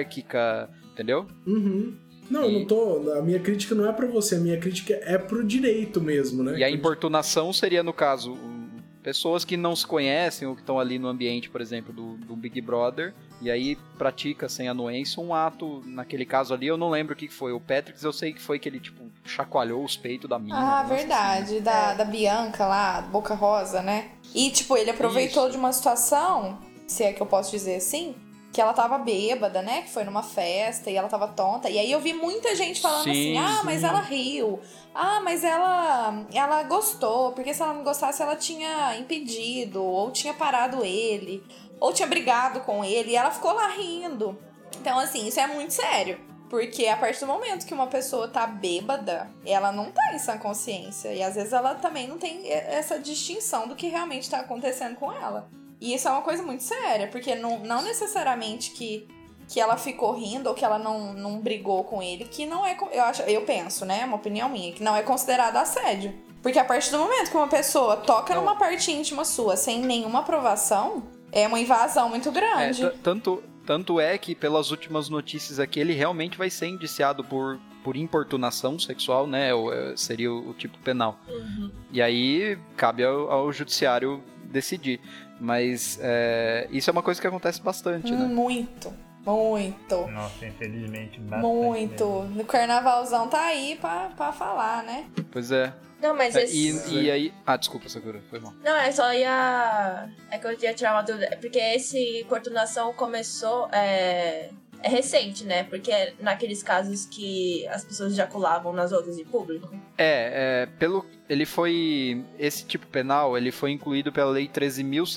hierárquica, entendeu?
Uhum. Não, eu
E-
não tô. A minha crítica não é pra você, a minha crítica é pro direito mesmo, né?
E a
Que-
importunação seria, no caso, um, pessoas que não se conhecem ou que estão ali no ambiente, por exemplo, do, do Big Brother, e aí pratica sem anuência um ato, naquele caso ali, eu não lembro o que que foi. O Patrick, eu sei que foi que ele, tipo, chacoalhou os peitos da mina. um
Ah,
negócio assim.
verdade. Da, da Bianca lá, Boca Rosa, né? E, tipo, ele aproveitou
Isso.
de uma situação, se é que eu posso dizer assim, que ela tava bêbada, né? Que foi numa festa e ela tava tonta. E aí eu vi muita gente falando
Sim,
assim: ah, mas
sim.
ela riu. Ah, mas ela, ela gostou. Porque se ela não gostasse, ela tinha impedido, ou tinha parado ele, ou tinha brigado com ele. E ela ficou lá rindo. Então, assim, isso é muito sério. Porque a partir do momento que uma pessoa tá bêbada, ela não tá em sã consciência. E às vezes ela também não tem e- essa distinção do que realmente tá acontecendo com ela. E isso é uma coisa muito séria, porque não, não necessariamente que, que ela ficou rindo ou que ela não, não brigou com ele, que não é. co- Eu, acho, eu penso, né? É uma opinião minha, que não é considerado assédio. Porque a partir do momento que uma pessoa toca numa parte íntima sua sem nenhuma aprovação, é uma invasão muito
É,
grande.
t- tanto, tanto é que, pelas últimas notícias aqui, ele realmente vai ser indiciado por, por importunação sexual, né? Ou, é, seria o, o tipo penal.
Uhum.
E aí cabe ao, ao judiciário decidir. Mas é, isso é uma coisa que acontece bastante, né?
Muito, muito.
Nossa, infelizmente, bastante.
é- Muito. No carnavalzão tá aí pra, pra falar, né?
Pois é.
Não, Hum. mas
É,
esse.
e, e aí. Ah, desculpa, Sakura, foi mal.
Não, é só ia. É que eu ia tirar uma dúvida. É Porque esse coordenação começou. É... é recente, né? Porque é naqueles casos que as pessoas jaculavam nas outras de público.
É, é, pelo. Ele foi. Esse tipo penal, ele foi incluído pela Lei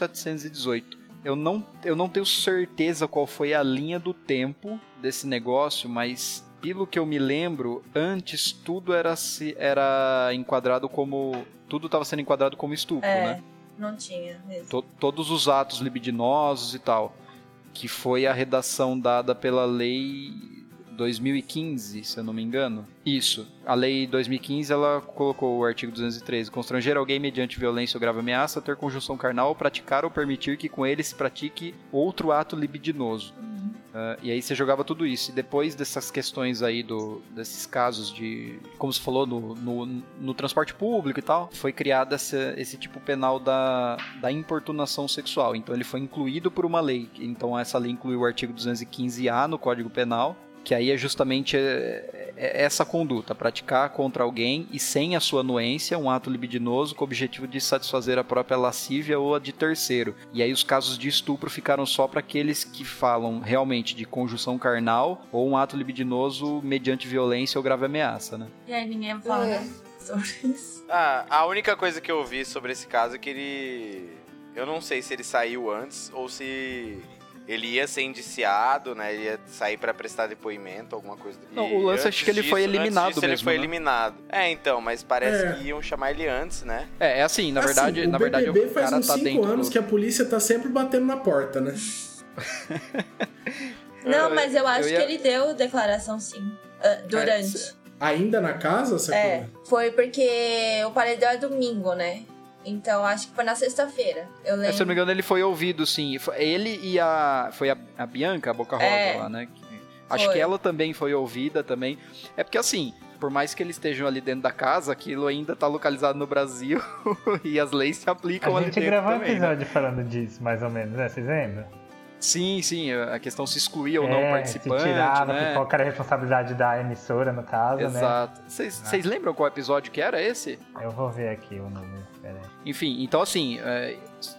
13.718. Eu não, eu não tenho certeza qual foi a linha do tempo desse negócio, mas pelo que eu me lembro, antes tudo era, se- era enquadrado como. Tudo estava sendo enquadrado como estupro,
É,
né?
não tinha mesmo.
to- todos os atos libidinosos e tal, que foi a redação dada pela lei 2015, se eu não me engano. Isso. A lei 2015, ela colocou o artigo 213, constranger alguém mediante violência ou grave ameaça a ter conjunção carnal, praticar ou permitir que com ele se pratique outro ato libidinoso. Ah, e aí você jogava tudo isso. E depois dessas questões aí, do, desses casos de. Como você falou, no, no, no transporte público e tal, foi criado essa- esse tipo penal da, da importunação sexual. Então ele foi incluído por uma lei. Então essa lei incluiu o artigo 215A no Código Penal. Que aí é justamente é, é, essa conduta, praticar contra alguém e sem a sua anuência um ato libidinoso com o objetivo de satisfazer a própria lascívia ou a de terceiro. E aí os casos de estupro ficaram só para aqueles que falam realmente de conjunção carnal ou um ato libidinoso mediante violência ou grave ameaça, né?
E aí ninguém fala
É.
né, sobre isso.
Ah, a única coisa que eu vi sobre esse caso é que ele. Eu não sei se ele saiu antes ou se ele ia ser indiciado, né? Ele ia sair pra prestar depoimento, alguma coisa. do-
Não,
E
o lance,
antes
acho que ele foi
disso- antes
eliminado
disso, Ele
mesmo,
foi
né?
eliminado. É, então, mas parece
É.
que iam chamar ele antes, né?
É, é assim, na verdade,
Assim,
na
o BBB
verdade o
faz
cara
uns
tá
5
dentro.
anos
do...
que a polícia tá sempre batendo na porta, né?
Não, mas eu acho
É, eu ia-
que ele deu declaração sim. ah, durante.
Ainda na casa, sacou?
É, foi porque o paredão é domingo, né? Então acho que foi na sexta-feira.
É, se
Eu
eu não me
lembro.
engano, ele foi ouvido, sim. Foi- Ele e a. Foi a, a Bianca, a Boca Rosa
É.
lá, né? Que- acho
Foi.
que ela também foi ouvida também. É porque assim, por mais que eles estejam ali dentro da casa, aquilo ainda tá localizado no Brasil [LAUGHS] e as leis se aplicam
A
ali
gente
dentro.
gravou um
também, né?
episódio falando disso, mais ou menos, né? Vocês lembram?
Sim, sim, a questão se excluía ou não o
é,
participante,
se tirava,
né?
qual que era a responsabilidade da né? É. emissora, no caso,
Exato. Vocês vocês lembram qual episódio que era esse?
né? Eu vou ver aqui o número, peraí.
Enfim, então assim, é,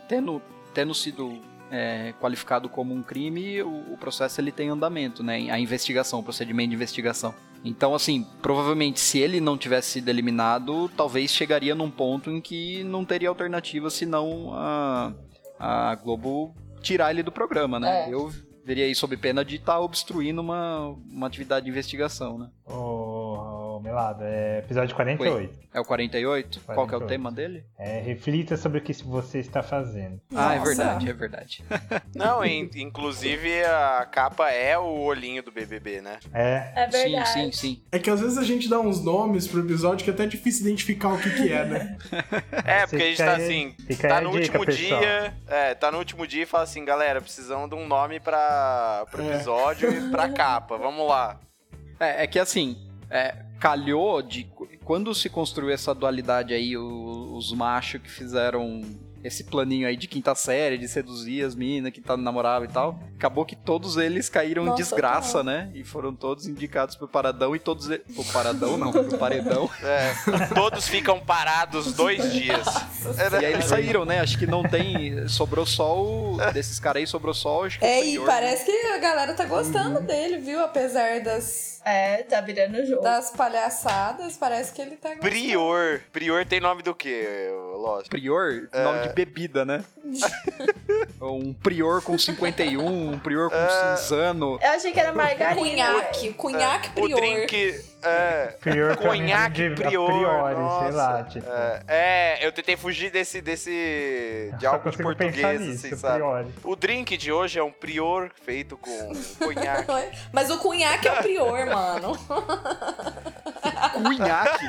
tendo, tendo sido é, qualificado como um crime, o, o processo ele tem andamento, né? A investigação, o procedimento de investigação. Então, assim, provavelmente se ele não tivesse sido eliminado, talvez chegaria num ponto em que não teria alternativa senão a, a Globo tirar ele do programa, né?
É.
Eu veria aí sob pena de estar obstruindo uma, uma atividade de investigação, né?
Ô, ô, Melado, é episódio 48.
É o 48? Qual que é o
48.
tema dele?
É, reflita sobre o que você está fazendo.
Ah, é
Nossa.
verdade, é verdade.
Não, in- inclusive a capa é o olhinho do BBB, né?
É,
É verdade.
Sim, sim, sim.
É que às vezes a gente dá uns nomes pro episódio que é até difícil identificar o que que é, né?
[LAUGHS]
É, porque a gente
fica
tá
aí-
assim,
fica aí
tá
a
no
dica,
último
pessoal.
dia, é, tá no último dia e fala assim, galera, precisamos de um nome pra, pro
É.
episódio e pra capa, vamos lá.
É, é que assim, é, calhou de qu- quando se construiu essa dualidade aí, o- os machos que fizeram esse planinho aí de quinta série, de seduzir as meninas que tá namorava e tal, acabou que todos eles caíram em
Nossa,
desgraça, né? E foram todos indicados pro paradão e todos eles... Pro paradão não, pro paredão.
É, todos ficam parados dois dias.
e aí eles saíram, né? Acho que não tem... Sobrou só o... Desses caras aí, sobrou só acho que o
É, e
Prior,
né?
parece que a galera tá
Uhum.
gostando dele, viu? Apesar das,
É, tá virando jogo.
das palhaçadas, parece que ele tá gostando.
Prior. Prior tem nome do quê, Lost?
Prior, nome de bebida,
[LAUGHS]
né? um prior com 51, um prior com cinzano.
Eu achei que era margarina.
Cunhaque, cunhaque
Ah, O
prior.
drink. É,
prior pra mim,
Conhaque
de- a
prior,
priori,
nossa.
sei lá, tipo.
é, é, eu tentei fugir desse. desse de
Só
algo de
consigo pensar
português,
nisso,
assim, sabe?
priori.
O drink de hoje é um prior feito com conhaque.
[LAUGHS] Mas o cunhaque é o prior, mano. [LAUGHS]
Cunhaque.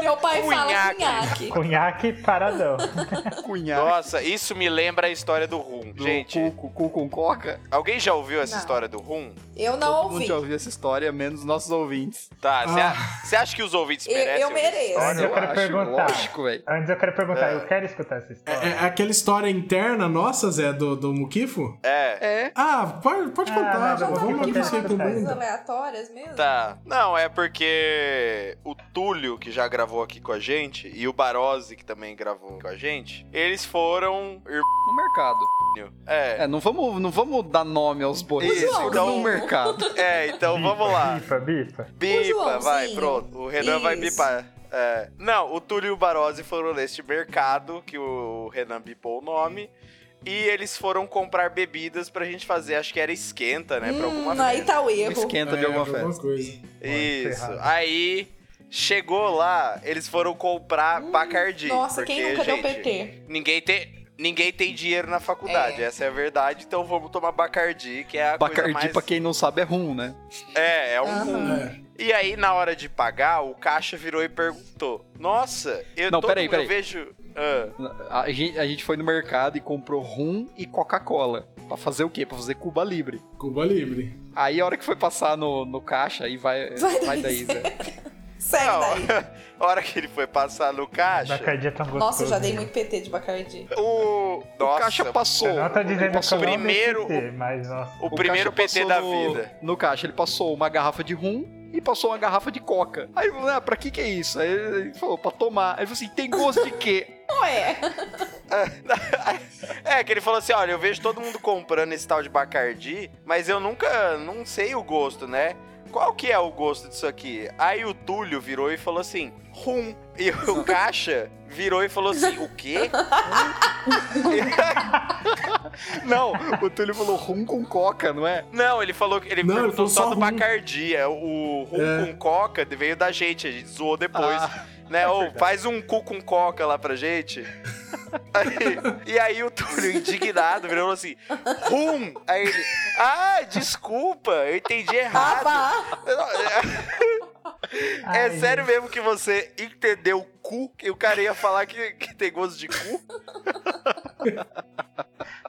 Meu pai fala
Cunhaque.
cunhaque.
Cunhaque paradão.
[LAUGHS] Cunhaque.
Nossa, isso me lembra a história do rum.
Do
Gente,
cu, cu, cu com coca.
alguém já ouviu essa
Não.
história do rum?
Eu não
Todo mundo
ouvi.
já ouviu essa história, menos nossos ouvintes.
Tá, você a- você acha que os ouvintes
Eu-
merecem?
eu
ouvir essa
mereço.
história?
Ah. Eu quero perguntar.
Lógico, velho.
Antes eu quero perguntar, eu quero escutar essa história.
É, é aquela história interna nossa, Zé, do, do Mukifo?
É.
Ah, pode, pode
Ah,
contar,
mas eu vou
vamos
contar
aqui
depois,
você pro
tá?
mundo.
Coisas aleatórias mesmo?
Tá. Não, é porque o Túlio, que já gravou aqui com a gente, e o Barose, que também gravou com a gente, eles foram. irmão,
No um mercado.
É.
É, não vamos, não vamos dar nome aos bois.
Isso,
Foram
então-
no mercado.
É, então vamos lá.
Bipa, bipa.
Bipa,
Joãozinho.
vai, pronto. O Renan vai
Isso.
bipar. É. Não, o Túlio e o Barose foram neste mercado, que o Renan bipou o nome. E eles foram comprar bebidas pra gente fazer, acho que era esquenta, né? pra alguma
Hum, aí
festa.
tá o
Um
erro.
Esquenta de
É,
alguma
de alguma
festa.
coisa.
Isso.
ferrado.
Aí chegou lá, eles foram comprar Bacardi.
Hum, Nossa, quem
porque,
nunca deu
gente,
PT?
Ninguém tem, ninguém tem dinheiro na faculdade, essa é a verdade. Então vamos tomar Bacardi, que é a
Bacardi,
coisa mais...
pra quem não sabe, é rum, né?
É, é um...
Aham.
É.
E aí, na hora de pagar, o caixa virou e perguntou. Nossa, eu,
Não,
todo-
peraí, peraí.
eu vejo... Ah,
A gente, a gente foi no mercado e comprou rum e Coca-Cola. Pra fazer o quê? Pra fazer Cuba Libre.
Cuba Livre.
Aí a hora que foi passar no, no caixa, aí vai,
Vai
vai
daí,
daí, né?
Zé.
Zé.
Segue daí.
não, [LAUGHS] a hora que ele foi passar no
Da
caixa,
cardia é tão gostoso.
Nossa, eu já dei muito PT de Bacardi.
o...
o caixa
Nossa,
passou.
Você não tá dizendo
passou
que eu não
primeiro-
dei PT, mas nossa.
o
O
primeiro
caixa
PT
passou
da
no-
vida.
No caixa, ele passou uma garrafa de rum e passou uma garrafa de coca. Aí ele falou, ah, pra que que é isso? Aí ele falou, pra tomar. Aí ele falou assim, tem gosto de quê? [LAUGHS]
Ué,
É, que ele falou assim: olha, eu vejo todo mundo comprando esse tal de Bacardi, mas eu nunca não sei o gosto, né? Qual que é o gosto disso aqui? Aí o Túlio virou e falou assim: rum. E o Caixa virou e falou assim: o quê? [LAUGHS]
Não, o Túlio falou rum com coca, não é?
Não, ele falou que ele
Não, ele
perguntou
falou
só
só
do
rum.
Bacardi. é, O rum
É.
com coca veio da gente, a gente zoou depois.
Ah,
né? Ou faz um cu com coca lá pra gente. Aí- e aí o Túlio, indignado, virou e falou assim: rum! Aí ele, ah, desculpa, eu entendi errado.
rapaz.
É
Ai,
sério mesmo que você entendeu cu? E o cara ia falar que, que tem gosto de cu?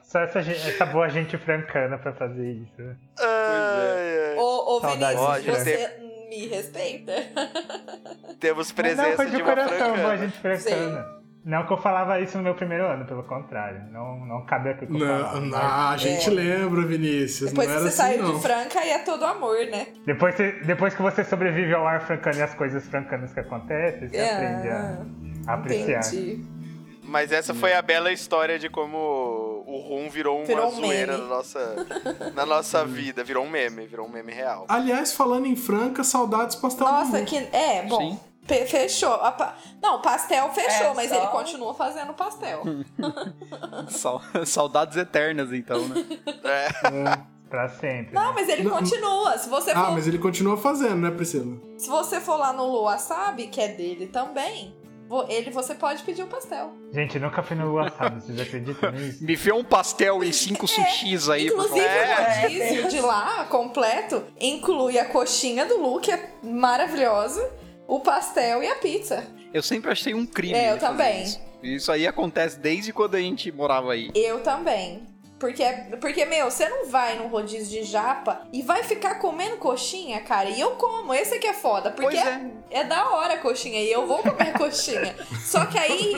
Só essa, gen- essa boa gente francana pra fazer isso. né?
Ai,
Ô, ô
Saudade,
né?
Vinícius, você me respeita.
ai. Temos
Mas Não,
presença
foi de
de uma
coração, boa
franca.
gente francana. Não que eu falava isso no meu primeiro ano, pelo contrário. Não, não cabe aqui o que eu falava.
Não, não, a gente lembra, Vinícius.
É. Depois
não
que
era
você
assim,
saiu
não.
de Franca, aí é todo amor, né?
Depois, você- depois que você sobrevive ao ar francano e as coisas francanas que acontecem,
Ah,
você aprende a, a apreciar.
entendi.
Hum.
Mas essa foi a bela história de como o o rum virou uma
Virou um
zoeira
meme.
na nossa, na
Hum.
nossa vida. Virou um meme, virou um meme real.
Aliás, falando em Franca, saudades pastel do
Nossa,
mundo.
que. É, bom. pe- Fechou. A pa- Não, o pastel fechou,
É,
mas
só-
ele continua fazendo pastel.
Sau- [LAUGHS] Saudades eternas, então, né?
É.
É, pra sempre.
Não,
né?
mas ele
Não.
continua. Se você,
Ah,
for,
mas ele continua fazendo, né, Priscila?
se você for lá no Lua Sabe, que é dele também, vo- ele você pode pedir o pastel.
né? Gente, eu nunca fui no assado, vocês acreditam
[LAUGHS]
nisso?
Me vê um pastel e cinco sushis aí, por
É, Inclusive,
favor.
o
É,
rodízio de lá, completo, inclui a coxinha do Lu, que é maravilhosa, o pastel e a pizza.
Eu sempre achei um crime.
É, eu
ele fazer
também.
Isso. Isso aí acontece desde quando a gente morava aí.
Eu também. Porque, é- porque, meu, você não vai num rodízio de japa e vai ficar comendo coxinha, cara. E eu como, esse aqui é foda. Porque
Pois
é. é da hora a coxinha e eu vou comer coxinha. Só que aí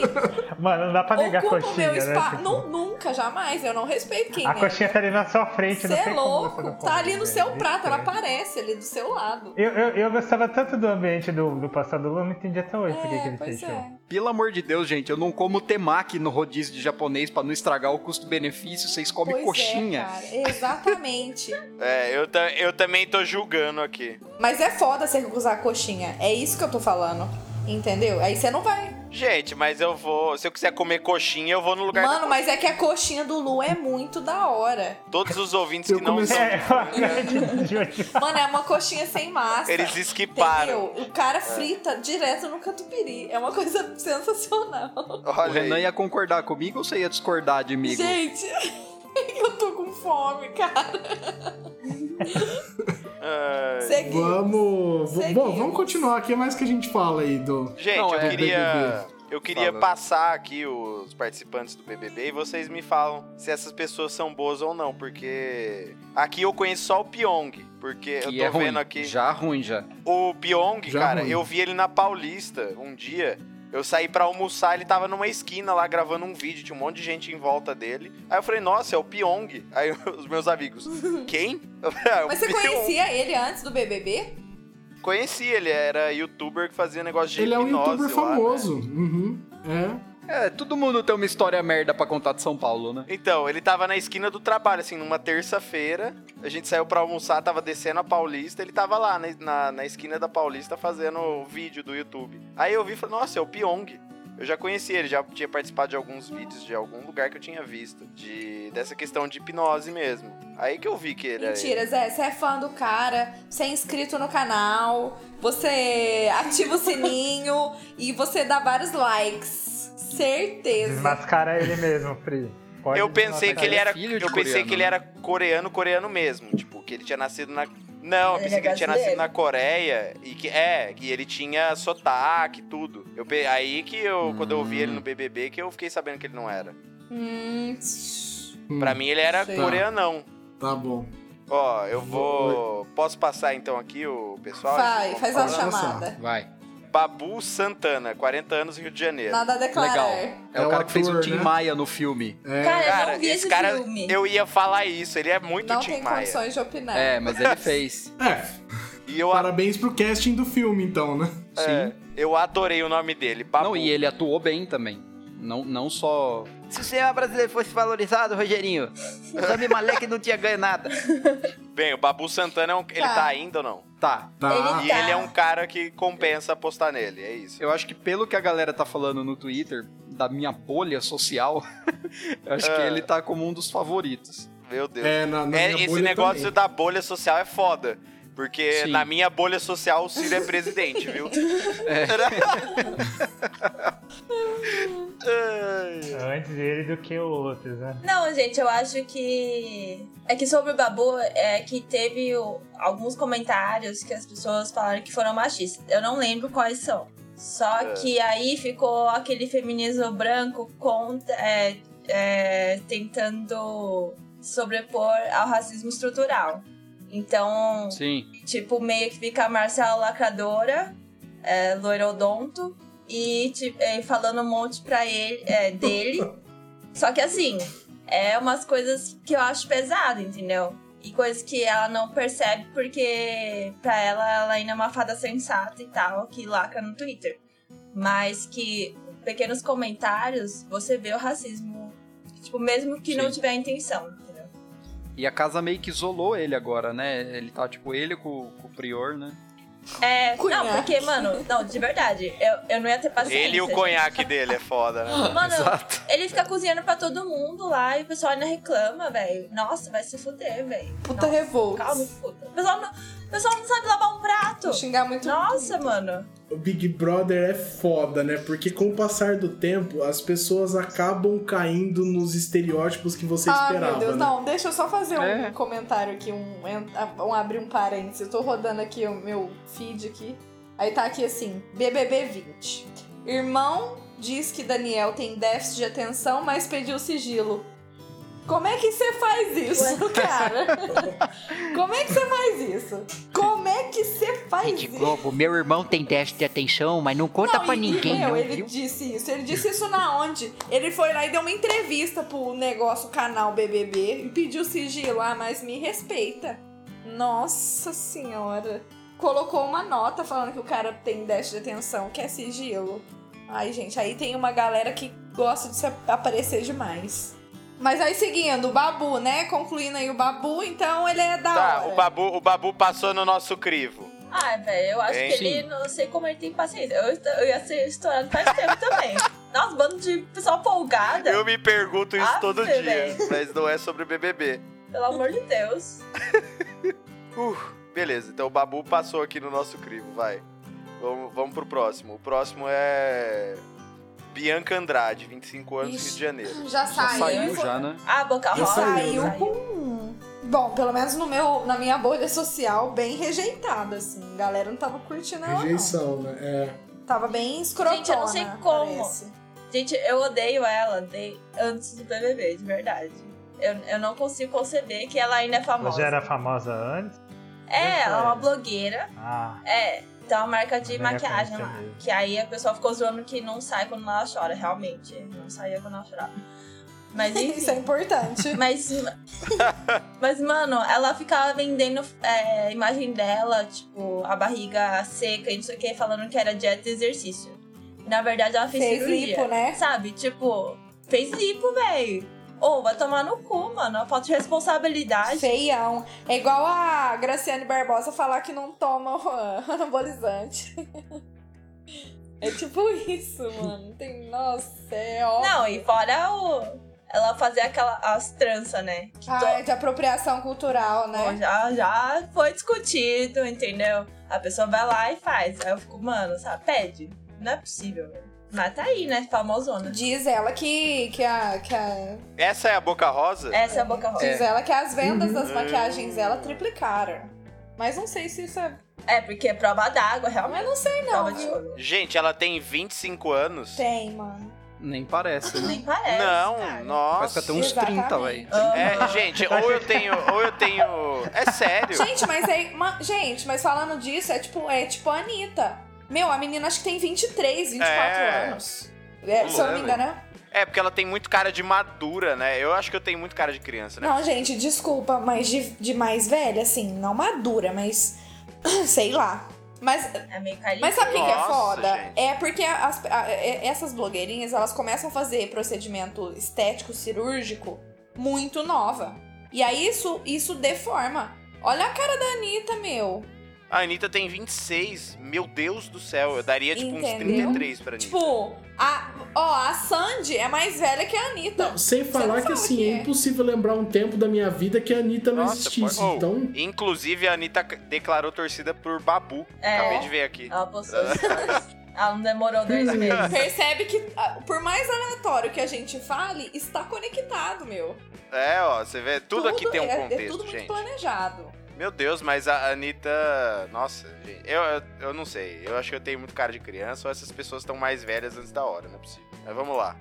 Mano, não dá [LAUGHS] pra negar
ocupa o
coxinha,
meu
né?
espaço.
Tipo,
Não, nunca, jamais. Eu não respeito quem
A
é.
coxinha tá ali na sua frente,
Você
não
é
tem como você não
louco. Tá
comer,
ali
velho.
no seu prato,
Isso
ela
é.
aparece ali do seu lado.
Eu, eu, eu gostava tanto do ambiente do, do passado, eu não entendi até hoje por que que
É,
ele
pois
fechou. [LAUGHS]
é.
Pelo amor de Deus, gente, eu não como temaki no rodízio de japonês pra não estragar o custo-benefício. Vocês comem
Pois é,
coxinha.
cara. Exatamente.
É, eu, ta- eu também tô julgando aqui.
Mas é foda você recusar a coxinha. É isso que eu tô falando. Entendeu? Aí você não vai.
Gente, mas eu vou. Se eu quiser comer coxinha, eu vou no lugar.
Mano, mas é que a coxinha do Lu é muito da hora.
de Todos os ouvintes
Eu
que não
comecei-
[LAUGHS]
são.
É, eu entendi.
Mano, é uma coxinha sem massa.
Eles
Entendeu?
esquiparam.
O cara frita direto no catupiry. É uma coisa sensacional.
o
Olha
Renan
aí.
ia concordar comigo ou você ia discordar de mim?
Gente, [LAUGHS] eu tô com fome, cara.
Ah,
Segui.
Vamos. v- Bom,
Seguimos.
vamos continuar aqui. É mais que a gente fala aí do.
Gente,
Não,
eu
é,
queria. Eu queria
Fala.
passar aqui os participantes do BBB e vocês me falam se essas pessoas são boas ou não, porque aqui eu conheço só o Pyong, porque eu
Que
tô
é ruim.
vendo aqui
Já ruim, já.
o Pyong,
Já
cara,
ruim.
eu vi ele na Paulista um dia. Eu saí pra almoçar, ele tava numa esquina lá gravando um vídeo, tinha um monte de gente em volta dele. Aí eu falei: "Nossa, é o Pyong". Aí [LAUGHS] os meus amigos: "Quem?" [LAUGHS] Eu falei, "Ah, é o
Mas você
Pyong".
conhecia ele antes do BBB?
Conheci, ele era youtuber que fazia negócio de
Ele é um
hipnose
youtuber
lá, né?
famoso. Uhum. É.
É, todo mundo tem uma história merda pra contar de São Paulo, né?
Então, ele tava na esquina do trabalho, assim, numa terça-feira. A gente saiu pra almoçar, tava descendo a Paulista, ele tava lá na, na, na esquina da Paulista fazendo o vídeo do YouTube. Aí eu vi e falei, nossa, é o Pyong. Eu já conheci ele, já tinha participado de alguns vídeos de algum lugar que eu tinha visto. De, dessa questão de hipnose mesmo. Aí que eu vi que ele era ele.
Mentira, Zé. Você é fã do cara, você é inscrito no canal, você ativa o sininho e você dá vários likes. Certeza.
Desmascara ele mesmo, Pri. Pode
Eu pensei que ele
é
era.
filho de
Eu pensei
coreano,
que ele era coreano, coreano mesmo. Tipo, que ele tinha nascido na. Não, eu
Ele
pensei
é
que ele tinha nascido
brasileiro.
na Coreia e que. É, que ele tinha sotaque e tudo. Eu, pe- aí que eu, quando eu vi ele no BBB, que eu fiquei sabendo que ele não era.
Hum,
Hum,
Pra mim ele era
Sei.
coreanão.
Tá bom.
Ó, eu vou. Posso passar então aqui o pessoal?
vai,
Vamos
faz a
falar?
chama-
chamada.
Vai.
Babu Santana, 40 anos, Rio de Janeiro.
Nada a declarar.
Legal. É,
É
o
o
cara que fez o
ator,
Tim
né?
Maia no filme.
É.
Cara, eu
Cara,
não vi
esse,
esse,
cara,
filme.
eu ia falar isso, ele é muito
Não
Tim
tem
Maia.
condições de opinar.
É, mas ele fez.
É.
E eu
Parabéns pro casting do filme, então, né?
[LAUGHS] É, eu adorei o nome dele, Babu.
Não, e ele atuou bem também. Não, não só. Se o cinema brasileiro fosse valorizado, Rogerinho, o Rami Malek não tinha ganho nada.
Bem, o Babu Santana, é um- ele
Tá.
tá ainda ou não?
[LAUGHS] Tá.
Tá.
E
Tá.
ele é um cara que compensa apostar nele, é isso.
Eu acho que pelo que a galera tá falando no Twitter, da minha bolha social, [LAUGHS] eu acho que
É.
ele tá como um dos favoritos.
Meu Deus.
É, na, na
É,
minha
esse
bolha
negócio
também.
da bolha social é foda. Porque
Sim.
na minha bolha social o Ciro é presidente, viu?
Antes ele do que outros, né?
Não, gente, eu acho que. É que sobre o Babu, é que teve o- alguns comentários que as pessoas falaram que foram machistas. Eu não lembro quais são. Só
É.
que aí ficou aquele feminismo branco contra, é, é, tentando sobrepor ao racismo estrutural. Então,
Sim.
tipo, meio que fica a Marcela Lacradora, é, loirodonto, e ti- é, falando um monte pra ele, é, dele. Só que assim, é umas coisas que eu acho pesado, entendeu? E coisas que ela não percebe porque pra ela ela ainda é uma fada sensata e tal, que lacra no Twitter. Mas que pequenos comentários, você vê o racismo Tipo, mesmo que não
Sim.
tiver intenção, entendeu?
E a casa meio que isolou ele agora, né? Ele tá, tipo, ele com, com o prior, né?
É,
Cunhaque.
não, porque, mano, não, de verdade, eu, eu não ia ter paciência.
[LAUGHS] Ele e o
gente.
conhaque dele é foda, né?
Mano,
[LAUGHS] Exato.
ele fica cozinhando pra todo mundo lá e o pessoal ainda reclama, velho. Nossa, vai se fuder, velho.
Puta
Nossa,
revolta.
Calma, puta. O pessoal, não, o pessoal não sabe lavar um prato.
Vou xingar muito.
Nossa, mano.
O Big Brother é foda, né? Porque com o passar do tempo, as pessoas acabam caindo nos estereótipos que você
Ah,
esperava.
meu Deus,
né?
não, deixa eu só fazer um
É.
comentário aqui, um, um, um abrir um parênteses. Eu tô rodando aqui o meu feed aqui. Aí tá aqui assim, BBB 20. Irmão diz que Daniel tem déficit de atenção, mas pediu sigilo. Como é que você faz isso, cara? Como é que você faz isso? Como é que você faz
Rede
isso?
Globo, meu irmão tem déficit de atenção, mas não conta
Não,
pra
e-
ninguém,
meu,
não,
ele
viu?
disse isso. Ele disse isso na onde? Ele foi lá e deu uma entrevista pro negócio, canal BBB, e pediu sigilo. Ah, mas me respeita. Nossa senhora. Colocou uma nota falando que o cara tem déficit de atenção, que é sigilo. Ai, gente, aí tem uma galera que gosta de se ap- aparecer demais. Mas aí seguindo, o Babu, né? Concluindo aí o Babu, então ele é da
Tá,
hora.
o babu, o babu passou no nosso crivo.
Ah, velho, eu acho
Hein?
que ele, não sei como ele tem paciência. Eu, est- eu ia ser estourado faz tempo também. Nossa, bando de pessoal folgada.
Eu me pergunto isso
Ah,
todo
você
dia,
vem.
mas não é sobre BBB.
Pelo amor de Deus.
Uh, beleza, então o babu passou aqui no nosso crivo, vai. Vamos, vamos pro próximo. O próximo é. Bianca Andrade, 25 anos,
Ixi.
é Rio de Janeiro.
Já
Já
saiu.
saiu já, né?
Ah, boca
Já
rosa.
saiu,
né?
saiu com. um, Bom, pelo menos no meu, na minha bolha social, bem rejeitada, assim. A galera não tava curtindo ela, não.
Rejeição, né? É.
Tava bem escrotona,
Gente, eu não sei como.
parece.
Gente, eu odeio ela de- antes do BBB, de verdade. Eu, eu não consigo conceber que ela ainda é
Ela
famosa.
já era famosa antes?
É, ela é
ela.
uma blogueira.
Ah,
É, tem uma marca de
Eu nem
maquiagem lá.
reconheci é mesmo.
Que aí a pessoa ficou zoando que não sai quando ela chora, realmente. Não saía quando ela chorava.
[LAUGHS]
Mas
Isso é
enfim.
importante.
Mas, mas, mano, ela ficava vendendo é, imagem dela, tipo, a barriga seca e não sei o que, falando que era dieta e exercício. Na verdade, ela fez,
Fez
cirurgia.
lipo, né?
Sabe? Tipo, fez lipo, velho. Ou vai tomar no cu, mano. A falta de responsabilidade.
[LAUGHS] Feião. É igual a Graciane Barbosa falar que não toma [LAUGHS] o anabolizante. É tipo isso, mano. Tem, nossa, é óbvio.
Não, e fora o. Ela fazer aquela, as tranças, né? Que
Ah, é de apropriação cultural,
to-
né?
já, já foi discutido, entendeu? A pessoa vai lá e faz. Aí eu fico, mano, sabe? Pede. Não é possível, velho. Mas tá aí, né? Famosona.
Diz ela que, que, a, que a
Essa é a Boca Rosa?
Essa é a boca rosa.
Diz ela que as vendas das maquiagens dela triplicaram. Mas não sei se isso é.
É, porque é prova d'água,
Mas
realmente.
não sei, não.
Prova de
Viu?
ouro.
Gente, ela tem 25 anos?
Tem, É, mano.
Nem parece, né?
Nem parece.
Não,
cara.
Vai
nossa.
ficar até uns
Exatamente.
30, velho.
Ah,
É, gente, ou eu tenho. Ou eu tenho. É sério.
Gente, mas é. ma- gente, mas falando disso, é tipo, é tipo a Anitta. Meu, a menina acho que tem 23, 24
É.
anos. É, se eu não me
É,
engano. né?
É, porque ela tem muito cara de madura, né? Eu acho que eu tenho muito cara de criança, né?
é. Não, gente, desculpa, mas de, de mais velha, assim, não madura, mas. [CLEARS THROAT] sei lá. Mas
É meio carinho.
Mas sabe o que que é
Nossa,
foda?
gente.
É porque as- a- é- essas blogueirinhas, elas começam a fazer procedimento estético, cirúrgico, muito nova. E aí isso, isso deforma. Olha a cara da Anitta, meu.
A Anitta tem 26. Meu Deus do céu, eu daria tipo uns
Entendeu?
33 pra Anitta.
Tipo, a, ó, a Sandy é mais velha que a Anitta.
Sem
não
falar que
fala
assim,
que
é.
é.
impossível lembrar um tempo da minha vida que a Anitta não
Nossa,
existisse.
pode- oh.
Então,
Inclusive, a Anitta c- declarou torcida por Babu.
É.
Acabei de ver aqui.
Ah.
Ela postou stories. Ela não demorou dois meses.
Percebe que, ah, por mais aleatório que a gente fale, está conectado, meu.
É, ó, você vê, tudo, aqui tem um
é-
contexto,
é, tudo muito
gente.
planejado.
Meu Deus, mas a Anitta. Nossa, gente, eu, eu, eu não sei. Eu acho que eu tenho muito cara de criança, ou essas pessoas estão mais velhas antes da hora, não é possível. Mas vamos lá.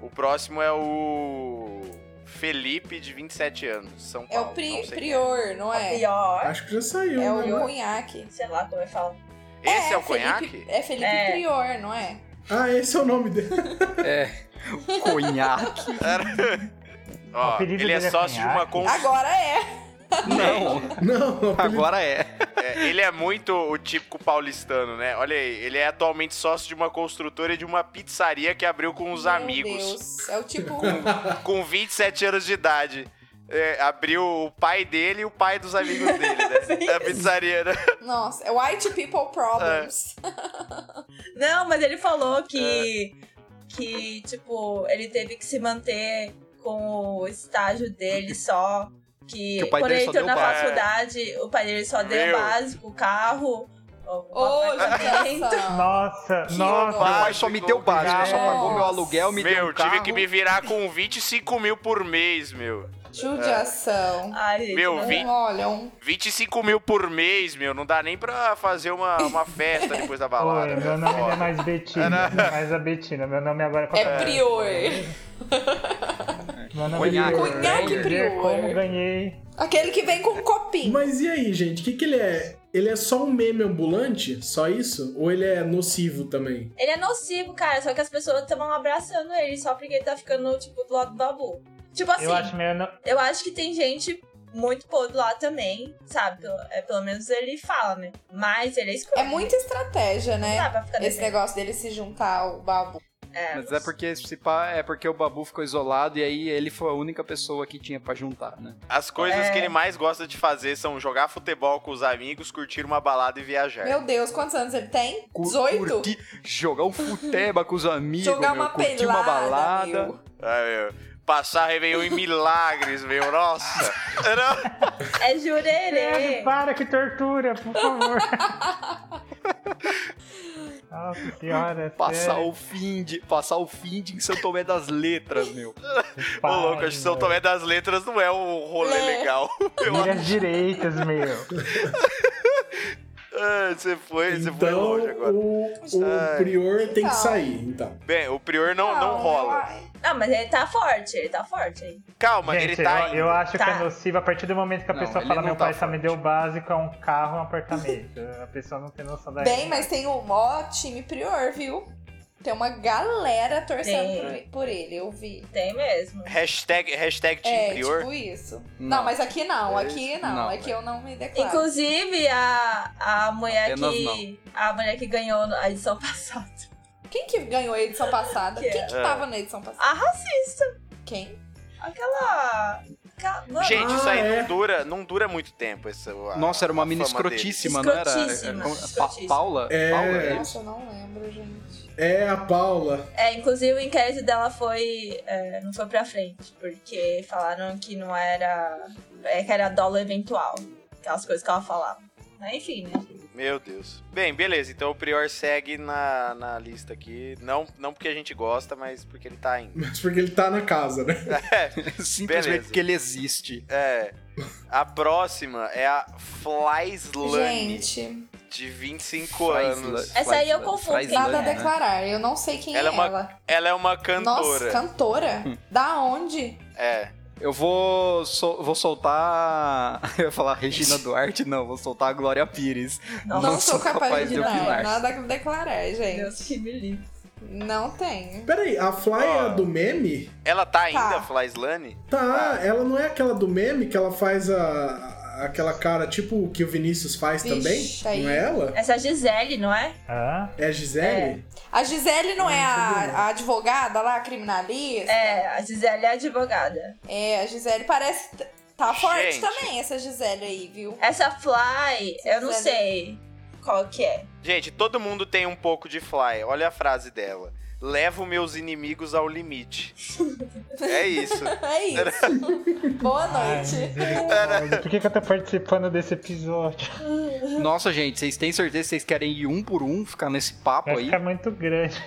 O próximo é o. Felipe, de 27 anos, São
É
Paulo.
o pri-
não sei quem é.
prior, não é?
Pior.
acho que já saiu,
É o
né?
cunhaque.
Sei lá como eu falo.
Esse é, o
Felipe-
conhaque? [LAUGHS]
É Felipe
É.
Prior, não é?
Ah, esse é o nome dele.
É.
[LAUGHS]
Conhaque?
[LAUGHS]
Era... Ó,
apelido
ele é
dele é
sócio de uma
conhaque?
cons...
Agora é.
[LAUGHS] Tá
Não.
Não,
Agora é.
É, ele é muito o típico paulistano, né? Olha aí, ele é atualmente sócio de uma construtora e de uma pizzaria que abriu com os
Meu
amigos.
Deus. É o
[LAUGHS]
tipo.
Com 27 anos de idade. É, abriu o pai dele e o pai dos amigos dele, né? A pizzaria, né?
Nossa, é White People Problems.
É.
Não, mas ele falou que,
É.
que, tipo, ele teve que se manter com o estágio dele só. Que,
[LAUGHS] Que o pai
quando
dele
ele
só
entrou
deu
na
básico.
faculdade, o pai dele só deu
Meu.
básico, o carro, assim. o
Ô,
é [LAUGHS]
apartamento.
judiação.
Nossa,
Que
nossa.
horror.
Meu pai só me deu básico, só pagou meu aluguel, me deu
Ah, Meu,
um
tive
carro.
que me virar com 25 mil por mês, meu.
Judiação.
Ai, gente, né?
Meu,
não-
vi-
Um, olha, um.
25 mil por mês, meu. Não dá nem pra fazer uma, uma festa depois da balada.
Oi, meu nome não é
Foda.
mais Betina, não é mais a Betina. Meu nome agora qual
É prior.
Meu nome é
Cunhaque.
Prior.
Cunhaque
Eu
Prior.
Como ganhei.
Aquele que vem com um copinho.
Mas e aí, gente? O que, que ele é? Ele é só um meme ambulante? Só isso? Ou ele é nocivo também?
Ele é nocivo, cara, só que as pessoas estão abraçando ele só porque ele tá ficando, tipo, do lado do babu. Tipo assim,
Eu acho meio. no-
Eu acho que tem gente muito podre lá também, sabe? Pelo, é, pelo menos ele fala, né? Mas ele é escroto.
É muita estratégia,
Não dá
né?
tá
pra ficar
Esse
defendendo.
negócio dele se juntar ao babu.
É.
Mas é porque, se pá, é porque o Babu ficou isolado e aí ele foi a única pessoa que tinha pra juntar, né?
As coisas que ele mais gosta de fazer são jogar futebol com os amigos, curtir uma balada e viajar.
Meu Deus, quantos anos ele tem?
Cu-
18?
curtir- jogar um futeba com os amigos,
Jogar
meu,
uma
curtir
pelada.
uma balada.
meu.
Ai, É, meu. Passar Réveillon em milagres, meu. Nossa. Não.
É
Sério,
jurerê.
para, que tortura, por favor. Nossa senhora.
Passar
sério.
o fim de, passar o fim de em São Tomé das Letras, meu.
Ô, louco, acho que São Tomé das Letras não é um rolê
É.
legal. [LAUGHS] Eu-
Vira as direitas, meu.
Ah, Você foi, você foi
Então,
longe agora.
o, o
Ai.
prior tem
Então.
que sair, então.
Bem, o Prior não, não rola.
eu-
Não, mas ele tá forte, ele tá forte aí.
Calma,
Gente,
ele tá
eu,
indo.
eu acho que é
Tá.
nocivo a partir do momento que a
Não,
pessoa
ele
fala
não
meu
tá
pai só me
forte.
deu o básico, é um carro, um apartamento. [LAUGHS] a pessoa não tem noção da
Bem, mas tem um ó time prior, viu? Tem uma galera torcendo
Tem.
por, por ele, eu vi.
Tem mesmo.
Hashtag, hashtag Team
É,
Prior.
tipo isso. Não,
Não.
mas aqui não,
É
aqui
isso?
não,
Não,
aqui
velho.
eu não me declaro.
Inclusive, a, a mulher
Apenas
que. A mulher que ganhou a edição passada. [LAUGHS]
Quem que ganhou a edição passada?
Que é?
Quem que tava na edição passada?
A racista.
Quem?
Aquela. aquela mano,
Gente, isso aí
Ah, é.
não, dura, não dura muito tempo. Essa, a-
Nossa, era
a
uma mina
fama dele.
escrotíssima, não era? É,
Escrotíssima,
Era- era-
escrotíssima.
Pa- Paula?
É.
Paula? é isso?
Nossa, eu não lembro, gente.
É a Paula. [LAUGHS]
É, inclusive o inquérito dela foi. é, não foi pra frente, porque falaram que não era. É que era dólar eventual. Aquelas coisas que ela falava. Mas enfim, né?
Meu Deus. Bem, beleza. Então o Prior segue na, na lista aqui. Não, não porque a gente gosta, mas porque ele tá indo.
Mas porque ele tá na casa, né?
Simplesmente
Beleza.
porque ele existe.
É. A próxima é a Flyslane,
Gente,
de 25
Faz-
anos.
faz-
Essa aí eu
faz-
confundo,
faz
tem
nada a
lâmina, né?
declarar, eu não sei quem
Ela é
é
uma
ela.
Ela é uma cantora.
Nossa, cantora? da onde?
É.
Eu vou, sol- vou soltar. [LAUGHS] Eu ia falar Regina Duarte, não, vou soltar a Glória Pires.
Não,
Não, sou capaz, de opinar.
opinar.
Nada a declarar, gente.
Deus que me livre.
Não tenho.
Peraí, a Fly é a do meme?
Ela tá ainda,
Tá.
Flyslane?
Tá, ela não é aquela do meme que ela faz a, aquela cara tipo o que o Vinícius faz
Vixe,
também?
aí.
Não é ela?
Essa é a Gisele, não é?
Hã?
É a Gisele?
A Gisele não é
sabia, não.
a, a advogada lá, a criminalista?
É, a Gisele é advogada.
É, a Gisele parece. t- Tá forte
Gente.
também essa Gisele aí, viu?
Essa Fly, eu não
Gisele.
sei qual que é.
Gente, todo mundo tem um pouco de fly. Olha a frase dela. Levo meus inimigos ao limite. é isso.
É isso. Boa noite. É.
Ai, Por que, que eu tô participando desse episódio?
Nossa, gente, vocês têm certeza que vocês querem ir um por um, ficar nesse papo
Vai [LAUGHS]
aí?
ficar é muito grande.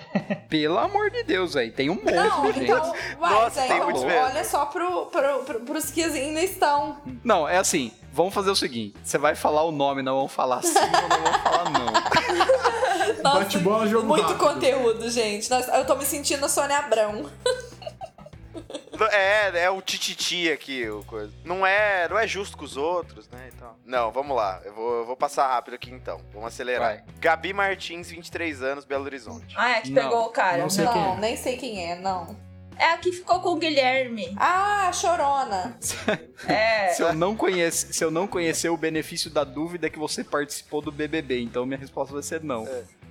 Pelo amor de Deus, velho. Tem um monte,
Não,
gente.
então, vai,
Nossa,
Zé,
tem
então,
muitos mesmo.
olha só pro, pro, pro, pros que ainda estão.
Não, é assim. Vamos fazer o seguinte: você vai falar o nome, não vamos falar sim ou não vamos falar não.
Nossa,
[LAUGHS] Bate bola, jogo
muito
rápido.
conteúdo, gente. Nossa, Eu tô me sentindo a Sônia Abrão.
É, é o tititi aqui, o coisa. Não é, não é justo com os outros, né? Então. Não, vamos lá. Eu vou, eu vou passar rápido aqui então. Vamos
Vai.
acelerar. Gabi Martins, 23 anos, Belo Horizonte.
Ah, é a que
Não,
pegou o cara.
não sei.
não,
quem é.
nem sei quem é, não.
É a que ficou com o Guilherme.
Ah, chorona.
É.
[LAUGHS] Se eu, não conhece, se eu não conhecer o benefício da dúvida é que você participou do BBB, então minha resposta vai ser não.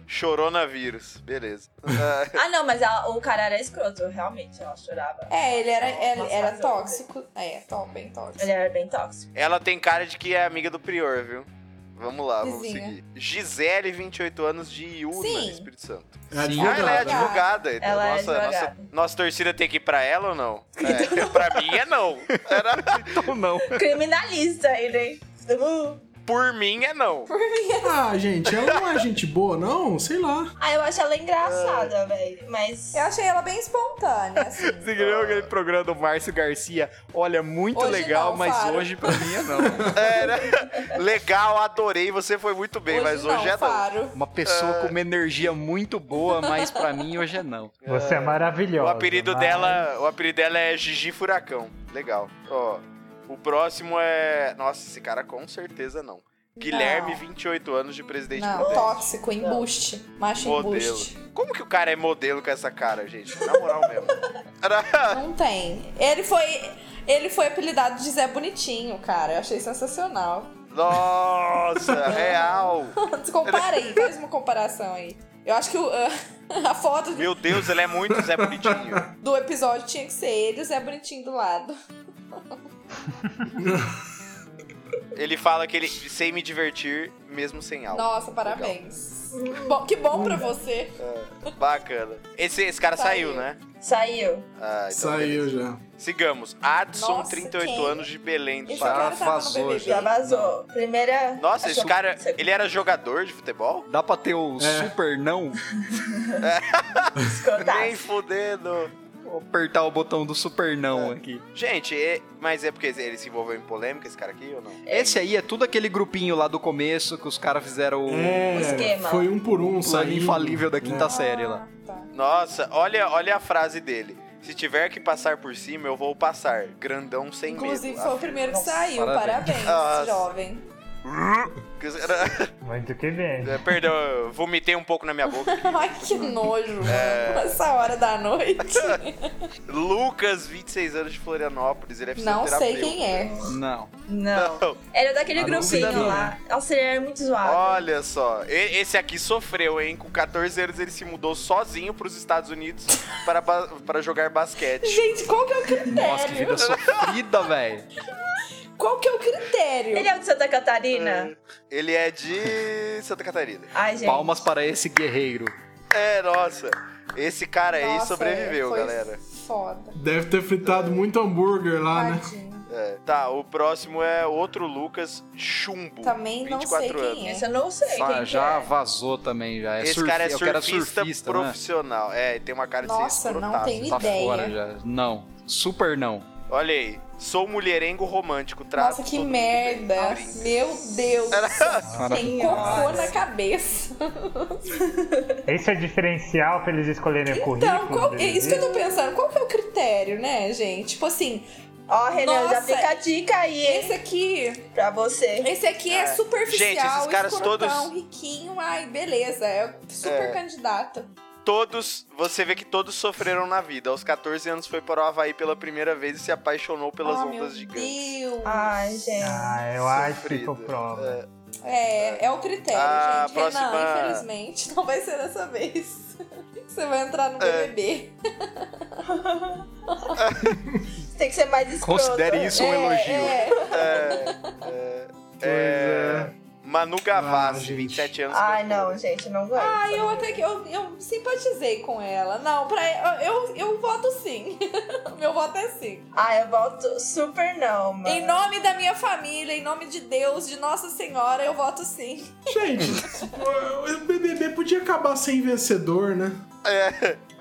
Choronavírus. Beleza.
Ah, não, mas a- o cara era escroto, realmente. Ela chorava.
É, ele era, ele
Nossa,
era
mas-
tóxico. É, tó, bem tóxico.
Ele
[LAUGHS]
era bem tóxico.
Ela tem cara de que é amiga do Prior, viu? Vamos lá, vamos
Vizinha.
seguir. Gisele, 28 anos, de Iúna,
Sim.
Espírito Santo.
É
Sim.
Ah, ela é
advogada. né?
advogada. então
Ela é
nossa,
advogada.
Nossa, nossa torcida tem que ir pra ela ou não? É, pra mim
[LAUGHS]
é não. Era-
Então não.
Criminalista, ele, hein? Uh.
por mim é não.
Ah, gente, ela não é [LAUGHS] gente boa, não? Sei lá.
Ah, eu acho ela engraçada, velho. Mas.
Eu achei ela bem espontânea, assim.
Você viu aquele programa do Márcio Garcia? Olha, muito
Hoje
legal,
não,
mas
Faro.
hoje pra mim é não.
Era legal, adorei, você foi muito bem, mas hoje
não,
é não.
Faro.
Uma pessoa com uma energia muito boa, mas pra mim hoje é não.
Você é
O
maravilhosa.
apelido
mas-
dela, o apelido dela é Gigi Furacão. Legal. Ó, o próximo é, nossa, esse cara com certeza não. Guilherme, 28 anos de presidente
Não,
Prudente.
tóxico, embuste. Macho
Modelo.
embuste.
Como que o cara é modelo com essa cara, gente? Na moral
[LAUGHS]
mesmo. Era-
Não tem. Ele foi. Ele foi apelidado de Zé Bonitinho, cara. Eu achei sensacional. [LAUGHS]
Nossa, real.
Compara aí, faz uma comparação aí. Eu acho que o- [LAUGHS] a foto
Meu Deus, ele é muito
[LAUGHS]
Zé Bonitinho.
do episódio tinha que ser ele e o Zé Bonitinho do lado.
Ele fala que ele sem me divertir, mesmo sem álcool.
Nossa, parabéns. Bom, que bom pra você.
Bacana. Esse, esse cara saiu,
Saiu.
né?
Saiu.
Ah, então
Saiu já.
Sigamos. Adson,
Nossa,
38
quem?
anos, de Belém do
Esse
Pará.
cara tava no
vazou
BBB.
Já vazou. Primeira.
Nossa,
Achou-
esse cara, ele era jogador de futebol?
Dá pra ter o
É.
super não?
Tá.
Escrotaço.
Nem fudendo.
Vou apertar o botão do super não aqui.
Gente, é- mas é porque ele se envolveu em polêmica, esse cara aqui, ou não?
Esse aí é tudo aquele grupinho lá do começo que os caras fizeram o
É,
esquema.
foi um por um,
plano
saiu.
infalível da quinta série lá.
Ah, tá.
Nossa, olha, olha a frase dele. Se tiver que passar por cima, eu vou passar. Grandão sem
Inclusive
medo. Ah,
foi o primeiro que saiu.
parabéns.
Parabéns,
Nossa.
jovem. [LAUGHS]
Ah,
Muito que bem.
[LAUGHS] Perdão, eu vomitei um pouco na minha boca.
[LAUGHS] Ai, que nojo.
É.
Essa hora
[LAUGHS]
da noite.
Lucas, 26 anos de Florianópolis, ele é
Não
fisioterapeuta.
sei quem é.
Não.
Não.
Não.
Era daquele
Ah, não sei
grupinho
não.
lá. Nossa, ele era muito zoado.
Olha só, e- esse aqui sofreu, hein? Com 14 anos ele se mudou sozinho pros Estados Unidos [LAUGHS] para, ba- para jogar basquete.
Gente, qual que é o
Nossa, que vida
critério?
sofrida,
[LAUGHS]
velho.
Qual que é o critério?
Ele é o de Santa Catarina?
Ele é de Santa Catarina.
Ai, gente.
Palmas para esse guerreiro.
É, nossa. Esse cara aí
Nossa,
É,
é,
sobreviveu,
foi
galera.
Foda.
É. Deve ter fritado muito hambúrguer
Ah,
lá, né?
Tadinho.
É. Tá, o próximo é outro Lucas Chumbo.
Também não
24
sei quem
anos.
é.
Esse eu não sei
Ah,
quem
já
que
vazou também, já. É
Esse
surfi-
cara é
eu quero
surfista,
surfista né?
profissional. É, ele tem uma cara de
Nossa,
ser
não
escrotaço.
tenho
Tá
Ideia.
fora já. Não. Super não.
Olha aí. Sou mulherengo romântico, trato
Nossa, que
todo mundo
merda.
bem.
Meu Deus.
[LAUGHS]
Tem cocô
Senhora.
na cabeça.
Esse é o diferencial pra eles escolherem o currículo.
Então, qual- é
né?
deles?
isso que eu tô pensando. Qual que é o critério, né, gente? Tipo assim,
é. Ó, Renan, já
Nossa.
fica a dica aí, hein?
esse aqui,
Pra você.
esse aqui é,
É.
superficial,
Gente, esses caras
escrotão,
todos-
riquinho, ai, beleza, é super
É.
candidato.
todos, você vê que todos sofreram na vida. Aos 14 anos foi para o Havaí pela primeira vez e se apaixonou pelas
Ah, meu
ondas gigantes.
Deus.
Ai, gente.
Ah, eu acho que
Sofrido.
tô prova.
É, é o critério,
Ah,
gente.
próxima-
Renan, infelizmente, [LAUGHS] não vai ser dessa vez. Você vai entrar no
É.
BBB.
Tem que ser mais escroto. né?
Considere isso um elogio.
É,
É, Manu Gavassi,
Ah, gente.
27 anos.
Ai,
cantora.
não, gente, não aguento.
Ah, eu até que eu, eu simpatizei com ela. Não, pra eu, eu voto sim. [LAUGHS] Meu voto é sim.
Ah, eu volto super não, mano.
Em nome da minha família, em nome de Deus, de Nossa Senhora, eu voto sim.
é. Gente, [LAUGHS] o BBB podia acabar sem vencedor, né?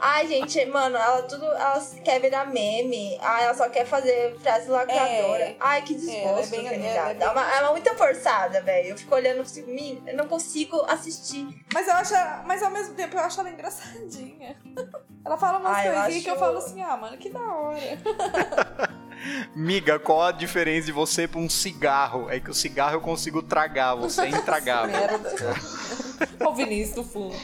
Ai, gente, mano, ela tudo. Ela quer virar meme. Ai, ela só quer fazer frase lacradora.
É.
Ai, que
É, ela é
desgosto.
bem-
que me
ela é
dá. Dá uma- Ela é muito forçada, velho. Eu fico olhando assim, "Mi, eu não consigo assistir.
Mas eu acho, mas ao mesmo tempo eu acho ela engraçadinha. [LAUGHS] Ela fala umas
Ah, eu
coisinhas que eu
acho-
falo assim, ah, mano, que da hora.
Miga, qual a diferença de você pra um cigarro? É que o cigarro eu consigo tragar, você é intragável.
Merda. [LAUGHS] Olha o Vinícius do fundo.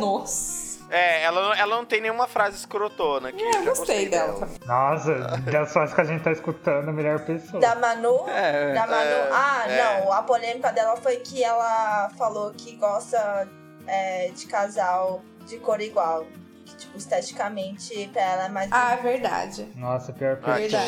Nossa.
É, ela, não- ela não tem nenhuma frase escrotona aqui.
É, eu
já
gostei dela É também.
Nossa, das frases que a gente tá escutando, a melhor
Hum.
pessoa.
Da Manu?
É,
da Manu.
é,
ah,
é.
não. A polêmica dela foi que ela falou que gosta é, de casal de cor igual. Que, tipo, esteticamente pra ela é mais.
Ah, é verdade.
Nossa, pior
Ah,
pessoa.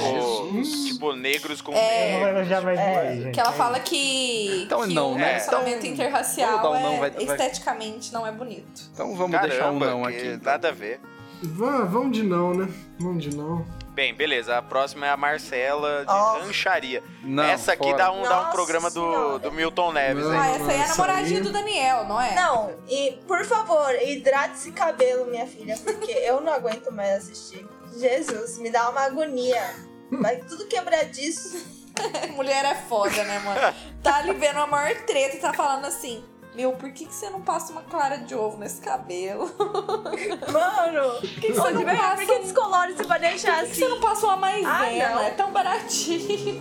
tipo, tipo, negros com
Eu não vou elogiar mais ninguém, gente.
É, Que ela fala que,
Então
que
não,
o
né?
relacionamento
Então,
interracial
vamos dar um não,
é-
vai- vai-
esteticamente não é bonito.
Então vamos
Caramba,
deixar um não
que
aqui.
Nada a ver.
Vá, vamos de não, né? Vamos de não.
Bem, beleza. A próxima é a Marcela de
Ó.
Rancharia.
Não,
Essa aqui
fora.
dá um, dá um
Nossa
programa do,
Senhora.
do Milton Neves,
Não.
hein?
Ah, essa aí é a
essa
namoradinha
aí-
do Daniel, não é?
Não, e por favor, hidrate esse cabelo, minha filha, porque eu não aguento mais assistir. Jesus, me dá uma agonia. Vai tudo quebradiço.
[LAUGHS] Mulher é foda, né, mano? Tá ali vendo a maior treta e tá falando assim: Meu, por que, que você não passa uma clara de ovo nesse cabelo? Por
Mano, por
que, que você não
por
passa?
um- que descolore você vai deixar
Por que você
assim?
não passa uma maisena?
Ah, não.
é tão baratinho.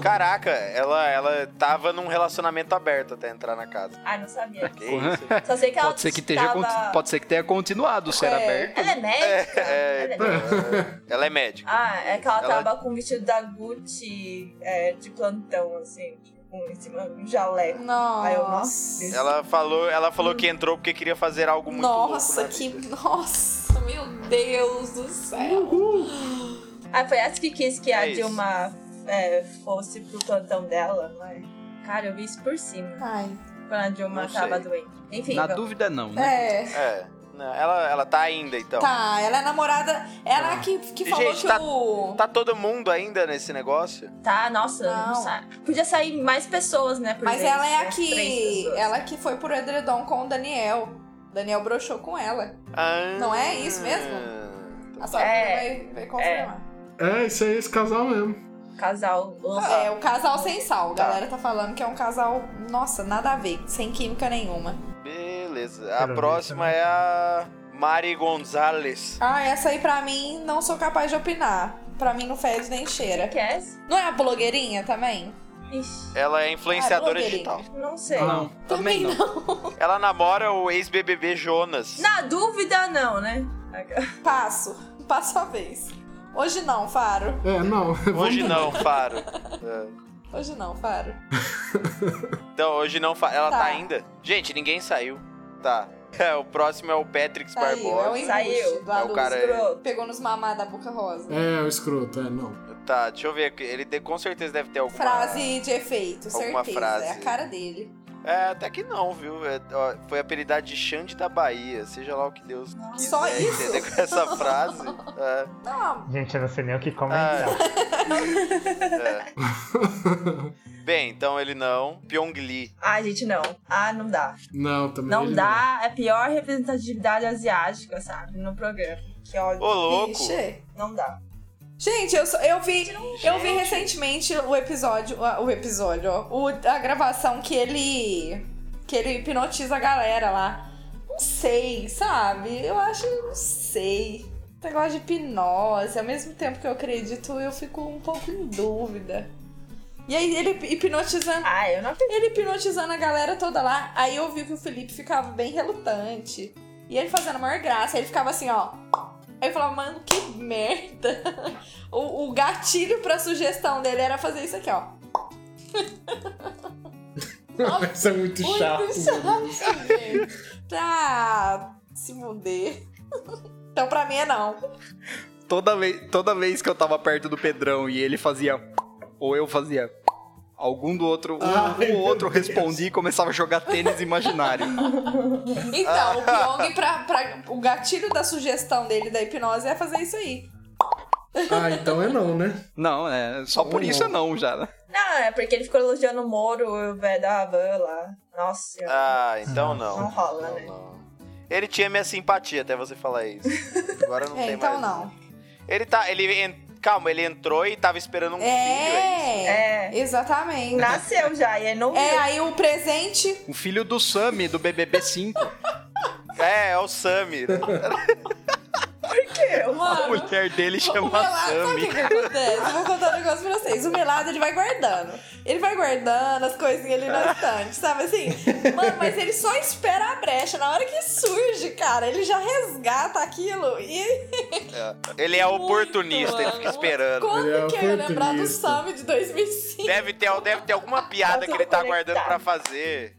Caraca, ela, ela tava num relacionamento aberto até entrar na casa.
Ah, não sabia.
Que isso?
Só sei que ela
Pode ser que, esteja
tava-
con- pode ser que tenha continuado ser
É.
aberto.
Ela é médica?
É,
Ela é médica.
[LAUGHS] ela é médica.
Ah, é que ela,
Ela-
tava com um vestido da Gucci é, de plantão, assim, tipo, em cima de um jaleco. Ai, eu-
Nossa.
nossa.
Ela falou, ela falou que entrou porque queria fazer algo muito louco né?
Nossa,
na
que.
vida.
Nossa, meu Deus do céu.
Ah, foi essa que quis que a
É isso.
Dilma é, fosse pro plantão dela, mas. Cara, eu vi isso por cima.
Ai.
Quando a Dilma
Não sei.
tava doente. Enfim,
Na
vamos-
dúvida, não, né?
É.
É. Não, ela, ela tá ainda, então.
Tá, ela é namorada. Ela que, que
Gente,
falou que
tá-
o.
Tá todo mundo ainda nesse negócio?
tá, nossa, não.
Não.
sa- Podia sair mais pessoas, né? por
Mas
vez,
ela é a
né?
que.
Três pessoas.
Ela que foi pro edredom com o Daniel. O Daniel broxou com ela.
Ah.
Não é isso mesmo? A sua
É,
vai, vai confirmar.
É, isso aí é esse casal mesmo.
Casal. nossa.
É, o casal sem sal. A
Tá.
galera tá falando que é um casal, nossa, nada a ver, sem química nenhuma.
tá, Beleza. A
Quero ver
próxima é a Mari Gonzalez.
Ah, essa aí pra mim não sou capaz de opinar. Pra mim não fez nem cheira.
Que é essa?
Não é a blogueirinha também?
Ixi,
Ela é influenciadora
Ah, blogueirinha.
digital.
não sei.
Não, também não.
Ela namora o ex-BBB Jonas.
Na dúvida, não, né?
[LAUGHS] Passo. Passo a vez. Hoje não, Faro.
É, não. [LAUGHS] vamos
Hoje
de
não,
[LAUGHS]
Faro. É.
Hoje não, Faro.
Então, hoje não, Faro. Ela tá.
Tá.
ainda? Gente, ninguém saiu. Tá. [LAUGHS] É, o próximo é o Patrick
Saiu, é o
Barbosa.
embuste
Saiu.
do
É o
Alus.
cara-
Escroto.
Pegou nos mamá da boca rosa.
É, o escroto, é, não.
Tá, deixa eu ver. aqui. Ele de- com certeza deve ter alguma...
Frase de efeito,
Alguma
certeza.
frase.
É a cara dele.
É, até que não, viu? É, ó, foi apelidado de Xande da Bahia. Seja lá o que Deus quiser
Só isso?
entender com essa frase. É.
Não,
Gente, eu não sei nem o que comentar.
Bem, então ele não. Pyongli.
Ah, gente, não. Ah, não dá.
Não, também
Não
ele
dá. É a pior representatividade asiática, sabe? No programa. Que
Ô,
ódio.
louco!
vixe.
Não dá.
Gente, eu, só- eu vi. Eu vi
Gente.
recentemente o episódio. O episódio, ó. o- a gravação que ele. Que ele hipnotiza a galera lá. Não sei, sabe? Eu acho. Não sei. Negócio de hipnose. Ao mesmo tempo que eu acredito, eu fico um pouco em dúvida. E aí ele hipnotizando.
Ah, eu não acredito.
Ele hipnotizando a galera toda lá. Aí eu vi que o Felipe ficava bem relutante. E ele fazendo a maior graça. Ele ficava assim, ó. Aí eu falava, mano, que merda. [LAUGHS] O, o gatilho pra sugestão dele era fazer isso aqui, ó.
Não. [LAUGHS] Isso é muito
Muito
chato. mano.
chato, gente. [LAUGHS] Pra se fuder. [LAUGHS] Então pra mim é não.
Toda vez, toda vez que eu tava perto do Pedrão e ele fazia. Ou eu fazia. Algum do outro.
Ai,
um
Ah, meu
ou outro
Deus.
respondia e começava a jogar tênis imaginário.
Então, o Pyong, pra, pra- o gatilho da sugestão dele da hipnose é fazer isso aí.
Ah, então é não, né?
Não, é. Só por
Não.
isso é não já, né?
Não, é porque ele ficou elogiando o Moro e o velho da van lá. Nossa senhora.
Ah, então
não
não.
rola,
Não,
né?
não. Ele tinha minha simpatia até você falar isso. Agora não
[LAUGHS] É,
tem
então
mais.
não.
Ele tá. Ele. en- Calma, ele entrou e tava esperando um filho. É... isso?
É,
É.
exatamente.
Nasceu já e ele não
É,
viu.
aí o presente.
O Um filho do Sami, do BBB 5.
É, é o Sammy. né?
A
Mano,
mulher dele
O
chama
melado, sabe o que,
Sammy.
que acontece? Eu vou contar um negócio pra vocês. O melado, ele vai guardando. Ele vai guardando as coisinhas ali na estante, sabe assim? Mano, mas ele só espera a brecha. Na hora que surge, cara, ele já resgata aquilo e...
Ele é oportunista,
Muito,
ele fica
mano.
esperando.
Quando
Ele é
que eu ia lembrar do
oportunista.
Summit de 2005?
Deve ter, deve ter alguma piada que ele tá guardando pra fazer.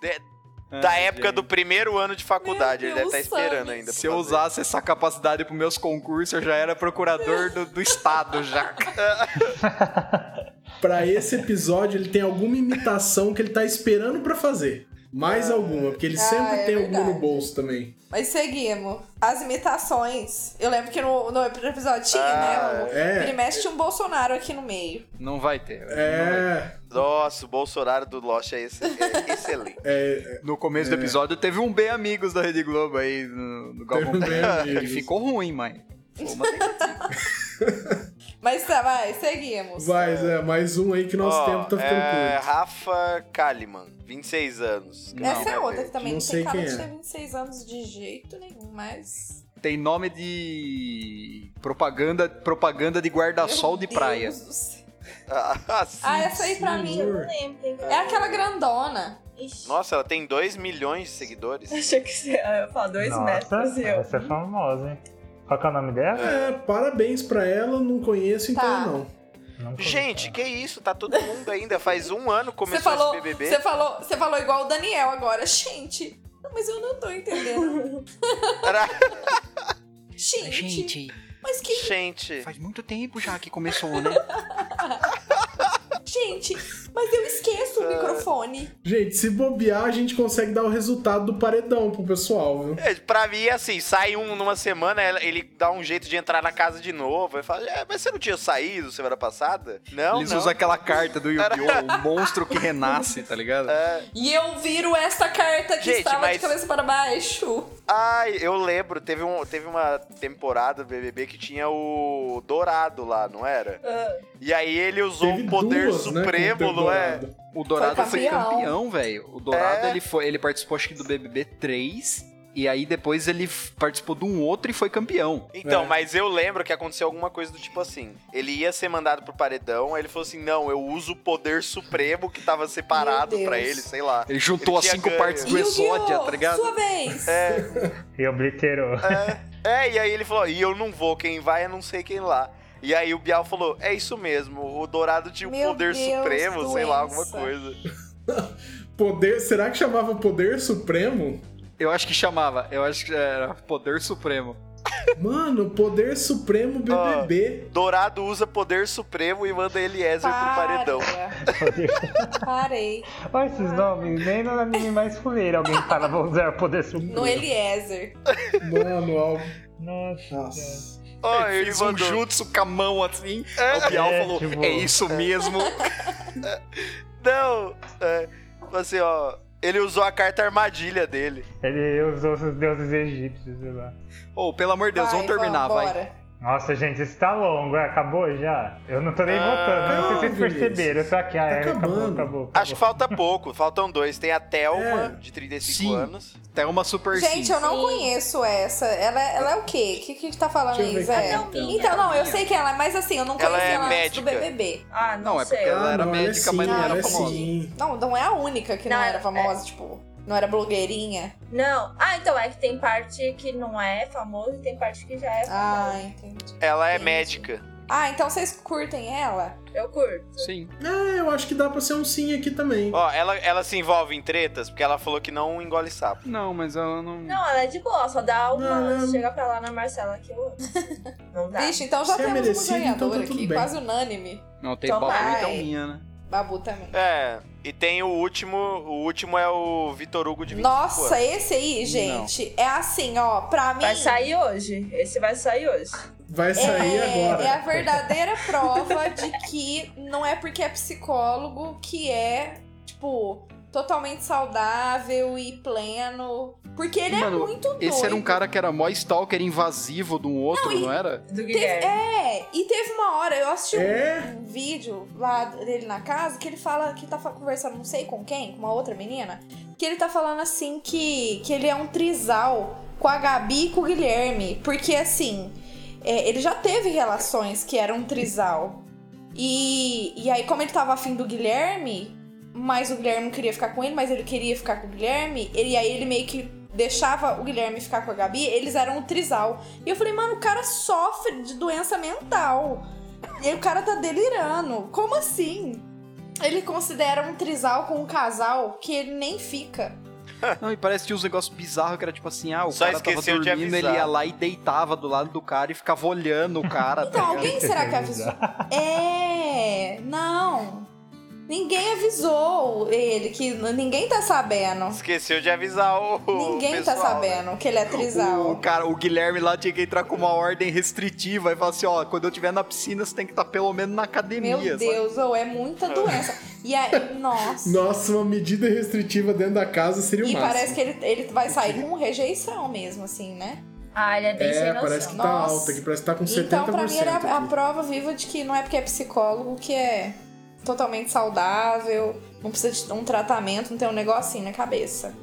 De-
Ah,
da
Ai,
época
gente.
do primeiro ano de faculdade, ele
Meu
deve estar
Deus,
esperando
Sammy.
ainda. pra
Se eu
fazer.
usasse essa capacidade pros meus concursos, eu já era procurador do, do estado já.
Pra esse episódio, ele tem alguma imitação que ele tá esperando pra fazer. Mais alguma, porque ele
Ah,
sempre
é
tem alguma
verdade.
no bolso também.
Mas seguimos. As imitações. Eu lembro que no, no episódio tinha,
Ah,
né? O,
é.
Ele mexe tinha um Bolsonaro aqui no meio.
Não vai ter. velho.
É,
Nossa, o Bolsonaro do Lost é, esse, é [LAUGHS] excelente.
No começo
É.
do episódio teve um bem amigos da Rede Globo aí no, no Galvão
Teve um Bem
[LAUGHS]
Preto. [LAUGHS] Ele
Amigos.
ficou ruim, mãe. Foi uma
Mas tá, vai, seguimos.
vai, Zé, mais um aí que nosso
Ó,
tempo tá ficando
é,
curto.
Rafa Kalimann, 26 anos.
Essa
Não,
é
né,
outra que
velho?
também
Não
não,
sei
tem cara
quem
de
é.
ter 26 anos de jeito nenhum, mas.
tem nome de propaganda, propaganda de guarda-sol de
Meu
praia.
Deus do céu.
Ah, [LAUGHS] sim.
Ah, essa aí pra mim
Não lembro. quem que
é aquela grandona.
Ixi.
Nossa, ela tem 2 milhões de
[LAUGHS]
seguidores.
Achei que você ia falar dois metros e eu.
Essa é famosa, hein? Qual que é o nome dela?
É, parabéns pra ela, não conheço, então
Tá.
não.
Não conheço.
Gente, que isso? Tá todo mundo ainda. Faz um ano que
Você
começou
falou,
esse BBB.
você falou, você falou igual o Daniel agora, gente. não, Mas eu não
[LAUGHS]
tô entendendo.
Era-
Gente,
Gente,
mas que
Gente,
faz muito tempo já que começou, né?
gente, mas eu esqueço o
Ah.
microfone.
Gente, se bobear, a gente consegue dar o resultado do paredão pro pessoal, viu?
é, pra mim é assim, sai um numa semana, ela- ele dá um jeito de entrar na casa de novo. Ele fala, "É, mas você não tinha saído semana passada? Não,
Eles
não.
usam aquela carta
[LAUGHS]
do Yu-Gi-Oh! O monstro que renasce, tá ligado?
É.
E eu viro essa carta que
Gente,
estava
mas-
de cabeça para baixo.
Ai, eu lembro, teve, um, teve uma temporada do BBB que tinha o Dourado lá, não era? E aí ele usou
Teve
um poder
duas, né, com o
supremo,
tempo
não é?
dourado.
O Dourado
Foi
foi
campeão.
campeão, velho. O Dourado,
É.
ele, foi, ele participou, acho que do BBB 3. E aí depois ele f- participou de um outro e foi campeão.
Então,
É.
mas eu lembro que aconteceu alguma coisa do tipo assim. Ele ia ser mandado pro paredão, aí ele falou assim: não, eu uso o poder supremo que tava separado
Deus.
pra ele, sei lá.
Ele juntou
Ele
as
tinha
cinco
ganho.
partes do
E o
Exódia, tá ligado? É,
sua vez.
E o Bliteiro. [LAUGHS]
É, e aí ele falou: e eu não vou, quem vai é não sei quem lá. E aí o Bial falou: é isso mesmo, o Dourado tinha o
Meu
poder
Deus,
supremo, sei lá, alguma
doença.
coisa.
Poder, será que chamava Poder Supremo?
Eu acho que chamava, eu acho que era Poder Supremo.
Mano, Poder Supremo
Ah.
BBB.
Dourado usa poder supremo e manda
tipo,
Eliezer pro
Para.
paredão.
Parei.
Olha esses nomes, nem no anime mais fuleiro alguém fala, vou usar o poder supremo.
No Eliezer.
Mano, algo.
Nossa.
Nossa.
Ó,
ele
Ah, ele
fez um
mandou.
jutsu com a mão assim. aí O Bial
É,
falou,
tipo-
é isso
[LAUGHS]
mesmo.
Não! É, falou assim, ó. Ele usou a carta armadilha dele.
Ele usou os deuses egípcios, sei lá.
Ô, pelo amor de Deus, vamos terminar, vai.
bora.
Nossa, gente, isso tá longo, é, acabou já? Eu não tô
Ah.
nem votando, não sei se vocês
Vinícius.
perceberam, eu tô aqui, ah,
Tá
é, acabou,
acabando.
acabou, acabou.
Acho que falta pouco, [LAUGHS] faltam dois. Tem a Thelma,
É.
de 35
Sim.
anos.
Até uma super
Gente,
sim.
eu não conheço essa. Ela, ela é o quê? O que, que tá falando
Deixa eu
aí,
ver
Zé?
aqui, então.
Então, não, eu sei que ela, é, mas assim, eu não
Ela
conheço ela,
é
antes do
médica.
BBB.
Ah, não,
Não, é
sei.
porque ela era
não,
médica,
é
mas não
sim,
era
é
famosa.
sim.
Não, não é a única que não,
Não,
era famosa, tipo, não era blogueirinha.
Não. Ah, então é que tem parte que não é famosa e tem parte que já é famosa.
Ah, entendi.
Ela é
Entendi.
médica.
Ah, então vocês curtem ela?
Eu curto.
Sim.
É, eu acho que dá pra ser um sim aqui também.
Ah.
Ó, ela, ela se envolve em tretas porque ela falou que não engole sapo.
Não, mas ela não...
Não, ela é de boa, só dá uma.
Não, não.
Chega pra lá na Marcela que eu amo. [LAUGHS] Não dá.
Vixe, então já
Se é
temos
merecido,
uma
então tá
ganhadora
tudo
aqui,
bem.
quase unânime.
Não, tem
Então
baú e
vai.
Thelminha, né?
Babu também.
É, e tem o último, o último é o Vitor Hugo de 25
Nossa,
anos.
esse aí, gente, é assim, ó, pra mim.
Vai sair hoje. Esse vai sair hoje.
Vai sair agora.
É, é a verdadeira prova de que não é porque é psicólogo que é, tipo, totalmente saudável e pleno. Porque ele
Mano,
é muito doido.
Esse era um cara que era mó stalker invasivo de um outro, não,
Não, e-
era?
Do
Teve-
Guilherme.
é, e teve uma hora, eu assisti um-
É?
um, vídeo lá dele na casa que ele fala que tá fa- conversando não sei com quem, com uma outra menina, que ele tá falando assim que, que ele é um trisal. com a Gabi e com o Guilherme. Porque assim, é, ele já teve relações que eram um trisal. E, e aí, como ele tava afim do Guilherme, mas o Guilherme não queria ficar com ele, mas ele queria ficar com o Guilherme, ele, e aí ele meio que deixava o Guilherme ficar com a Gabi, eles eram o trisal. E eu falei, mano, o cara sofre de doença mental. E o cara tá delirando. Como assim? Ele considera um trisal com um casal que ele nem fica.
[LAUGHS] Não, e parece que tinha uns negócios bizarros que era tipo assim, ah, o
Só
cara tava
esqueceu de
dormindo, ele
avisar.
ia lá e deitava do lado do cara e ficava olhando o cara. tá
Então,
ligado?
alguém será que
[LAUGHS]
avisou? É, não. Ninguém avisou ele, que ninguém tá sabendo.
Esqueceu de avisar o.
[LAUGHS]
pessoal,
Ninguém
né?
tá sabendo que ele é
O,
trisal.
cara, o Guilherme lá tinha que entrar com uma ordem restritiva e falar assim, ó, quando eu tiver na piscina, você tem que estar pelo menos na academia.
Meu
sabe?
Deus, ou é muita doença. E aí, nossa.
Nossa, uma medida restritiva dentro da casa seria o
E
máximo.
parece que ele, ele vai sair com rejeição mesmo, assim, né?
Ah, ele é bem sem
É,
noção.
parece que tá
Nossa.
alta aqui, parece que tá com 70%.
Então, pra mim, era a, a
aqui.
prova viva de que não é porque é psicólogo que é totalmente saudável, não precisa de um tratamento, não tem um negocinho na cabeça.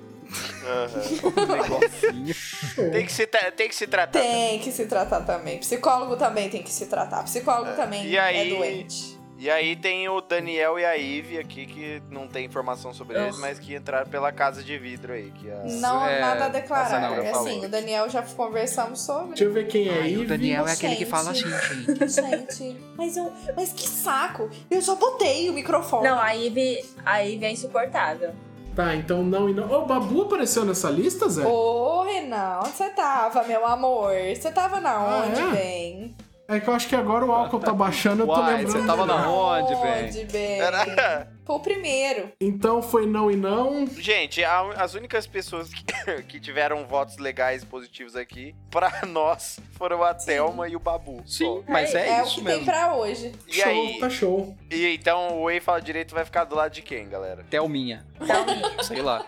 Aham.
Negocinho.
Tem, que se tra- tem que se tratar.
Tem que se tratar também. Psicólogo também tem que se tratar. Psicólogo também
e aí-
é doente.
E aí tem o Daniel e a Ive aqui, que não tem informação sobre eles,
Nossa.
mas que entraram pela casa de vidro aí. Que a... [LAUGHS]
Não há
é,
nada a
essa
declarar.
não, eu
é
falei.
assim, o Daniel já conversamos sobre.
Deixa eu ver quem é
Ai, o
aí.
Daniel é aquele que fala assim, gente.
[LAUGHS] Gente, mas eu. Mas que saco! Eu só botei o microfone.
Não, a Ivy, a Ivy é insuportável.
Tá, então não e não. Ô, o Babu apareceu nessa lista, Zé?
Ô, Renan, onde você tava, meu amor? Você tava na
Ah,
onde,
é?
bem?
É que eu acho que agora o álcool tá baixando, eu tô
Uai,
lembrando.
você tava
melhor.
na onde, bem?
Onde, bem?
Era-
Foi o primeiro.
Então foi não e não.
Gente, a- as únicas pessoas que, [LAUGHS] que tiveram votos legais positivos aqui, pra nós, foram a Thelma e o Babu.
Sim,
só.
mas é,
É, o
isso
que
mesmo.
tem pra hoje.
E
show,
aí?
tá show.
E então o Ei Fala Direito vai ficar do lado de quem, galera?
Thelminha,
Então,
sei lá.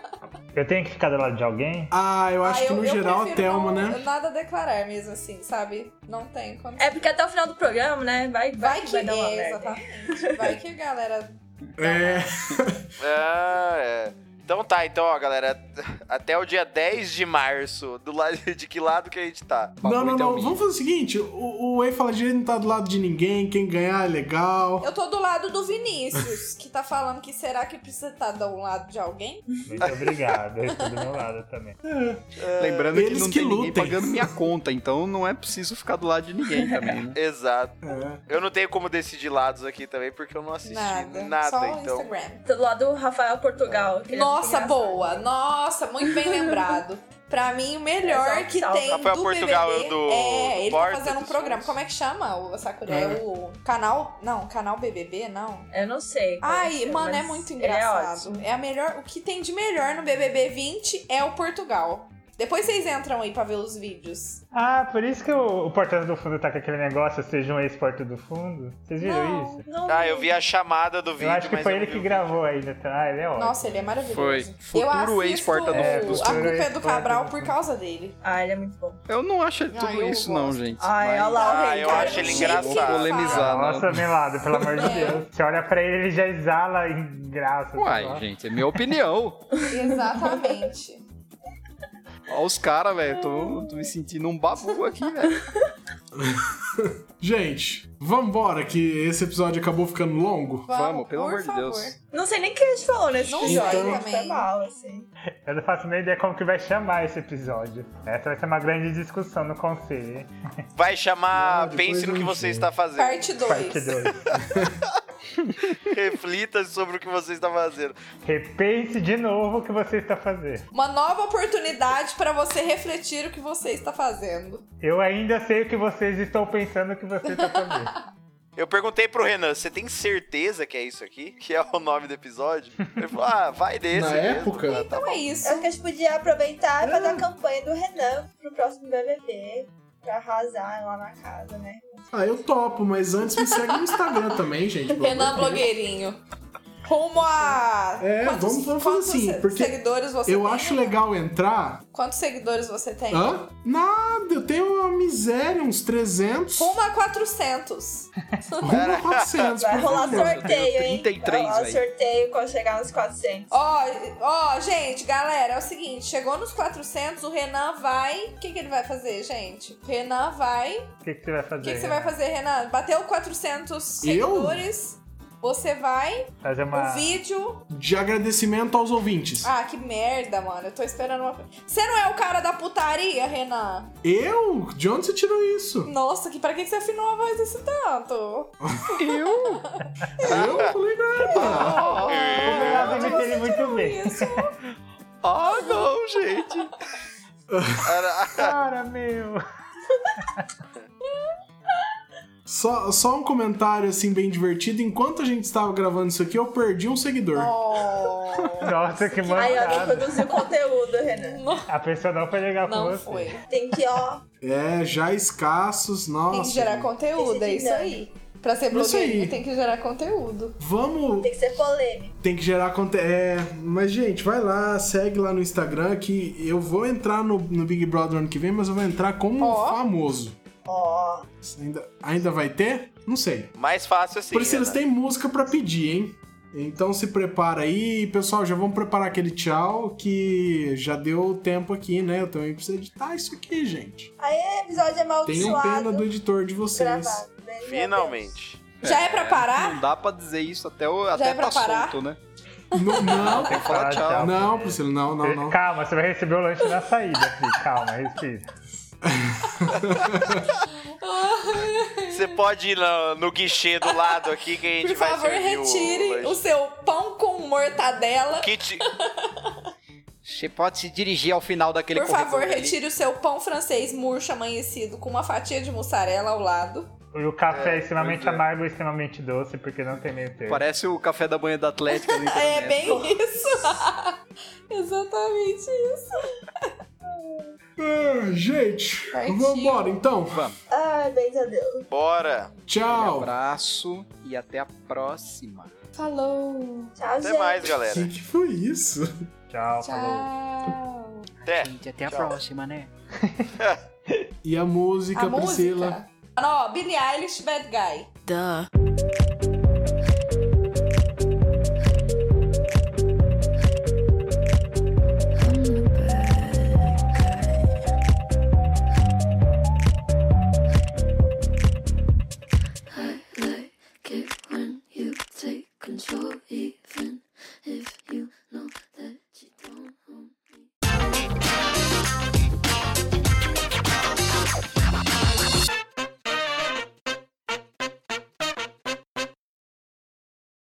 Eu tenho que ficar do lado de alguém?
Ah, eu acho
Ah,
que no geral a
prefiro
Thelma,
não-
né?
Nada a declarar mesmo, assim, sabe? Não tem como.
é porque até o final do programa, né? Vai, vai, vai,
Vai que
dar uma
é,
merda.
exatamente. [LAUGHS] Vai que a galera.
É.
Ah, é. Então tá, então, ó, galera. Até o dia 10 de março, do lado [LAUGHS] de que lado que a gente tá?
Não,
Babu e
não, não.
Thelminha.
Vamos fazer o seguinte: o, o Ei fala direito não tá do lado de ninguém, quem ganhar é legal.
Eu tô do lado do Vinícius, que tá falando que será que precisa estar do lado de alguém?
[LAUGHS]
Muito obrigado, eu estou do meu lado também.
Lembrando que
Eles
não
que
tem ninguém
lutem.
pagando minha conta, então não é preciso ficar do lado de ninguém [LAUGHS] também, né?
Exato.
É.
Eu não tenho como decidir lados aqui também, porque eu não assisti nada,
Nada. Só o
então.
Instagram.
Do lado do Rafael Portugal. que ele é
Nossa,
muito engraçado.
boa. Nossa, muito bem lembrado. Pra mim, o melhor
Exato,
que
salve.
tem
Rafael
do
Portugal é o
BBB
do- do
é, ele
Porta
tá fazendo um
dos
programa.
Fundos.
Como é que chama o Sakura? É.
É.
o canal... Não, canal BBB, não.
Eu não sei. qual
Ai,
é,
mano, é
mas
muito
ele
engraçado.
ótimo.
É, a melhor, o que tem de melhor no BBB 20 é o Portugal. Depois vocês entram aí pra ver os vídeos.
Ah, por isso que o, o Portão do Fundo tá com aquele negócio, seja um ex-porto do fundo. Vocês viram
Não.
isso?
Não,
Ah, eu vi a chamada do vídeo,
eu acho que
mas
foi
eu
ele
não
que
vi o
gravou ainda. tá? Ah, ele é ótimo.
Nossa, ele é maravilhoso.
Foi. Futuro
eu
ex-Porta
assisto
do
Fundo.
A culpa é
Futuro
do Cabral
ex-Porta do
por
Fundo.
causa dele.
Ah, ele é muito bom.
Eu não acho ele
Ah,
tudo
eu
isso, não,
gosto. é
gente.
Ai, olha lá o
Ah,
rei.
eu
cara,
acho ele
não sei
engraçado.
Vou
que ele
polemizar, não.
Nossa, meu lado, pelo amor de
É.
Deus. Você olha pra ele, ele já exala em graça. assim, sei lá.
Uai, gente, é minha opinião.
[LAUGHS] Exatamente.
Olha os caras, velho. Tô, tô me sentindo um babu aqui, velho.
Gente, vambora, que esse episódio acabou ficando longo.
Vamos, pelo
por
amor de Deus.
favor.
Não sei nem o que a gente falou nesse
Não
episódio.
sei
gente,
também.
Foi mal, assim.
Eu não faço nem ideia como que vai chamar esse episódio. Essa vai ser uma grande discussão no conselho, hein?
Vai chamar
Não, depois
Pense no
eu
que você
sei.
está fazendo.
Parte
Parte
2.
2.
[LAUGHS] Reflita sobre o que você está fazendo.
Repense de novo o que você está fazendo.
Uma nova oportunidade pra você refletir o que você está fazendo.
Eu ainda sei o que vocês estão pensando que você está fazendo.
Eu perguntei pro Renan, você tem certeza que é isso aqui? Que é o nome do episódio? Ele falou, ah, vai desse.
Na
mesmo.
época?
Ah, tá
Então
bom.
é isso.
É o que a gente podia aproveitar e fazer a campanha do Renan pro próximo BBB. Pra arrasar lá na casa, né?
Ah, eu topo, mas antes me segue no Instagram [LAUGHS] também, gente. pelo
Renan
amor de Deus.
Blogueirinho. Rumo a.
É, vamos- vamos fazer
quantos
assim,
se-
porque
seguidores você
Eu
tem? um- É.
acho legal entrar.
Quantos seguidores você tem?
Hã? Nada, eu tenho uma miséria, uns 300.
Rumo a 400.
[LAUGHS] Rumo a 400,
Vai
por
rolar
favor.
sorteio, hein?
33,
Vai rolar
velho.
sorteio quando chegar nos 400.
Ó, ó, gente, galera, é o seguinte, chegou nos 400, o Renan vai... O que, que ele vai fazer, gente? O Renan vai...
O que, que você vai
[LAUGHS] O
fazer? né?
que, que você vai fazer, Renan? Bateu 400 seguidores, você vai...
Fazer
O
uma.
vídeo...
De agradecimento aos ouvintes.
Ah, que merda, mano, eu tô esperando uma... Você não é o cara da putaria, Renan?
Eu? De onde você tirou isso?
Nossa, que pra que que você afinou a voz desse tanto? Ah.
Eu não falei né,
[LAUGHS]
nada.
O Bernardo me entende muito bem.
Isso.
Ah, não,
[LAUGHS]
gente.
Cara, meu.
Só, só um comentário assim bem divertido. Enquanto a gente estava gravando isso aqui, eu perdi um seguidor.
Oh.
Nossa, que
Aí, ó, tem que
mancada.
produzir o conteúdo, Renan.
A pessoa não foi legal com
[LAUGHS] Não
você.
foi.
assim.
Tem que, ó,
É, já escassos,
Tem
nossa.
que gerar conteúdo, é
Esse
isso aí. Pra ser
Isso aí.
blogueirinho tem que gerar conteúdo.
Vamos,
tem que ser polêmico.
tem que gerar conteúdo. É, mas gente, vai lá, segue lá no Instagram que eu vou entrar no, no Big Brother ano que vem, mas eu vou entrar como
Ó.
famoso.
Ó,
Ainda, ainda vai ter? Não sei.
Mais fácil assim.
Priscila,
Renan.
você tem música pra pedir, hein? Então se prepara aí, pessoal, já vamos preparar aquele tchau que já deu tempo aqui, né? Eu também preciso editar isso aqui, gente.
é
um
episódio
Tenham pena
amaldiçoado.
do editor de vocês.
Gravado. Beijo, meu Deus.
Finalmente.
Já é pra parar?
Não dá pra dizer isso até, o,
Já
até
é pra
tá
parar?
solto, né?
Não, não,
Tem que falar
Fala tchau.
tchau.
não, Priscila, não, não, não.
Calma, você vai receber o lanche na saída, filho. Calma, respira.
Você pode ir no, no guichê do lado aqui que a gente
Por
vai
favor,
servir
retire o
o...
seu pão com mortadela.
Kit...
Você pode se dirigir ao final daquele
Por favor,
né?
corredor ali.
retire o seu pão francês murcho amanhecido com uma fatia de mussarela ao lado.
E o café
É,
é extremamente
pois é.
amargo e extremamente doce, porque não tem meio termo.
Parece o café da manhã da Atlética. ali,
[LAUGHS] É
né?
bem isso. [LAUGHS] Exatamente isso.
Ah, gente,
Partiu.
vamos embora então.
Ai, beijo a Deus.
Bora.
Um
Tchau.
abraço e até a próxima.
Falou.
Tchau,
Até
gente.
mais,
O
galera.
que, que foi isso?
Tchau, falou.
Tchau.
Até.
Gente, até a
Tchau.
próxima, né?
E a música,
A
Priscila?
música? Não, Billie Eilish, Bad Guy.
Duh.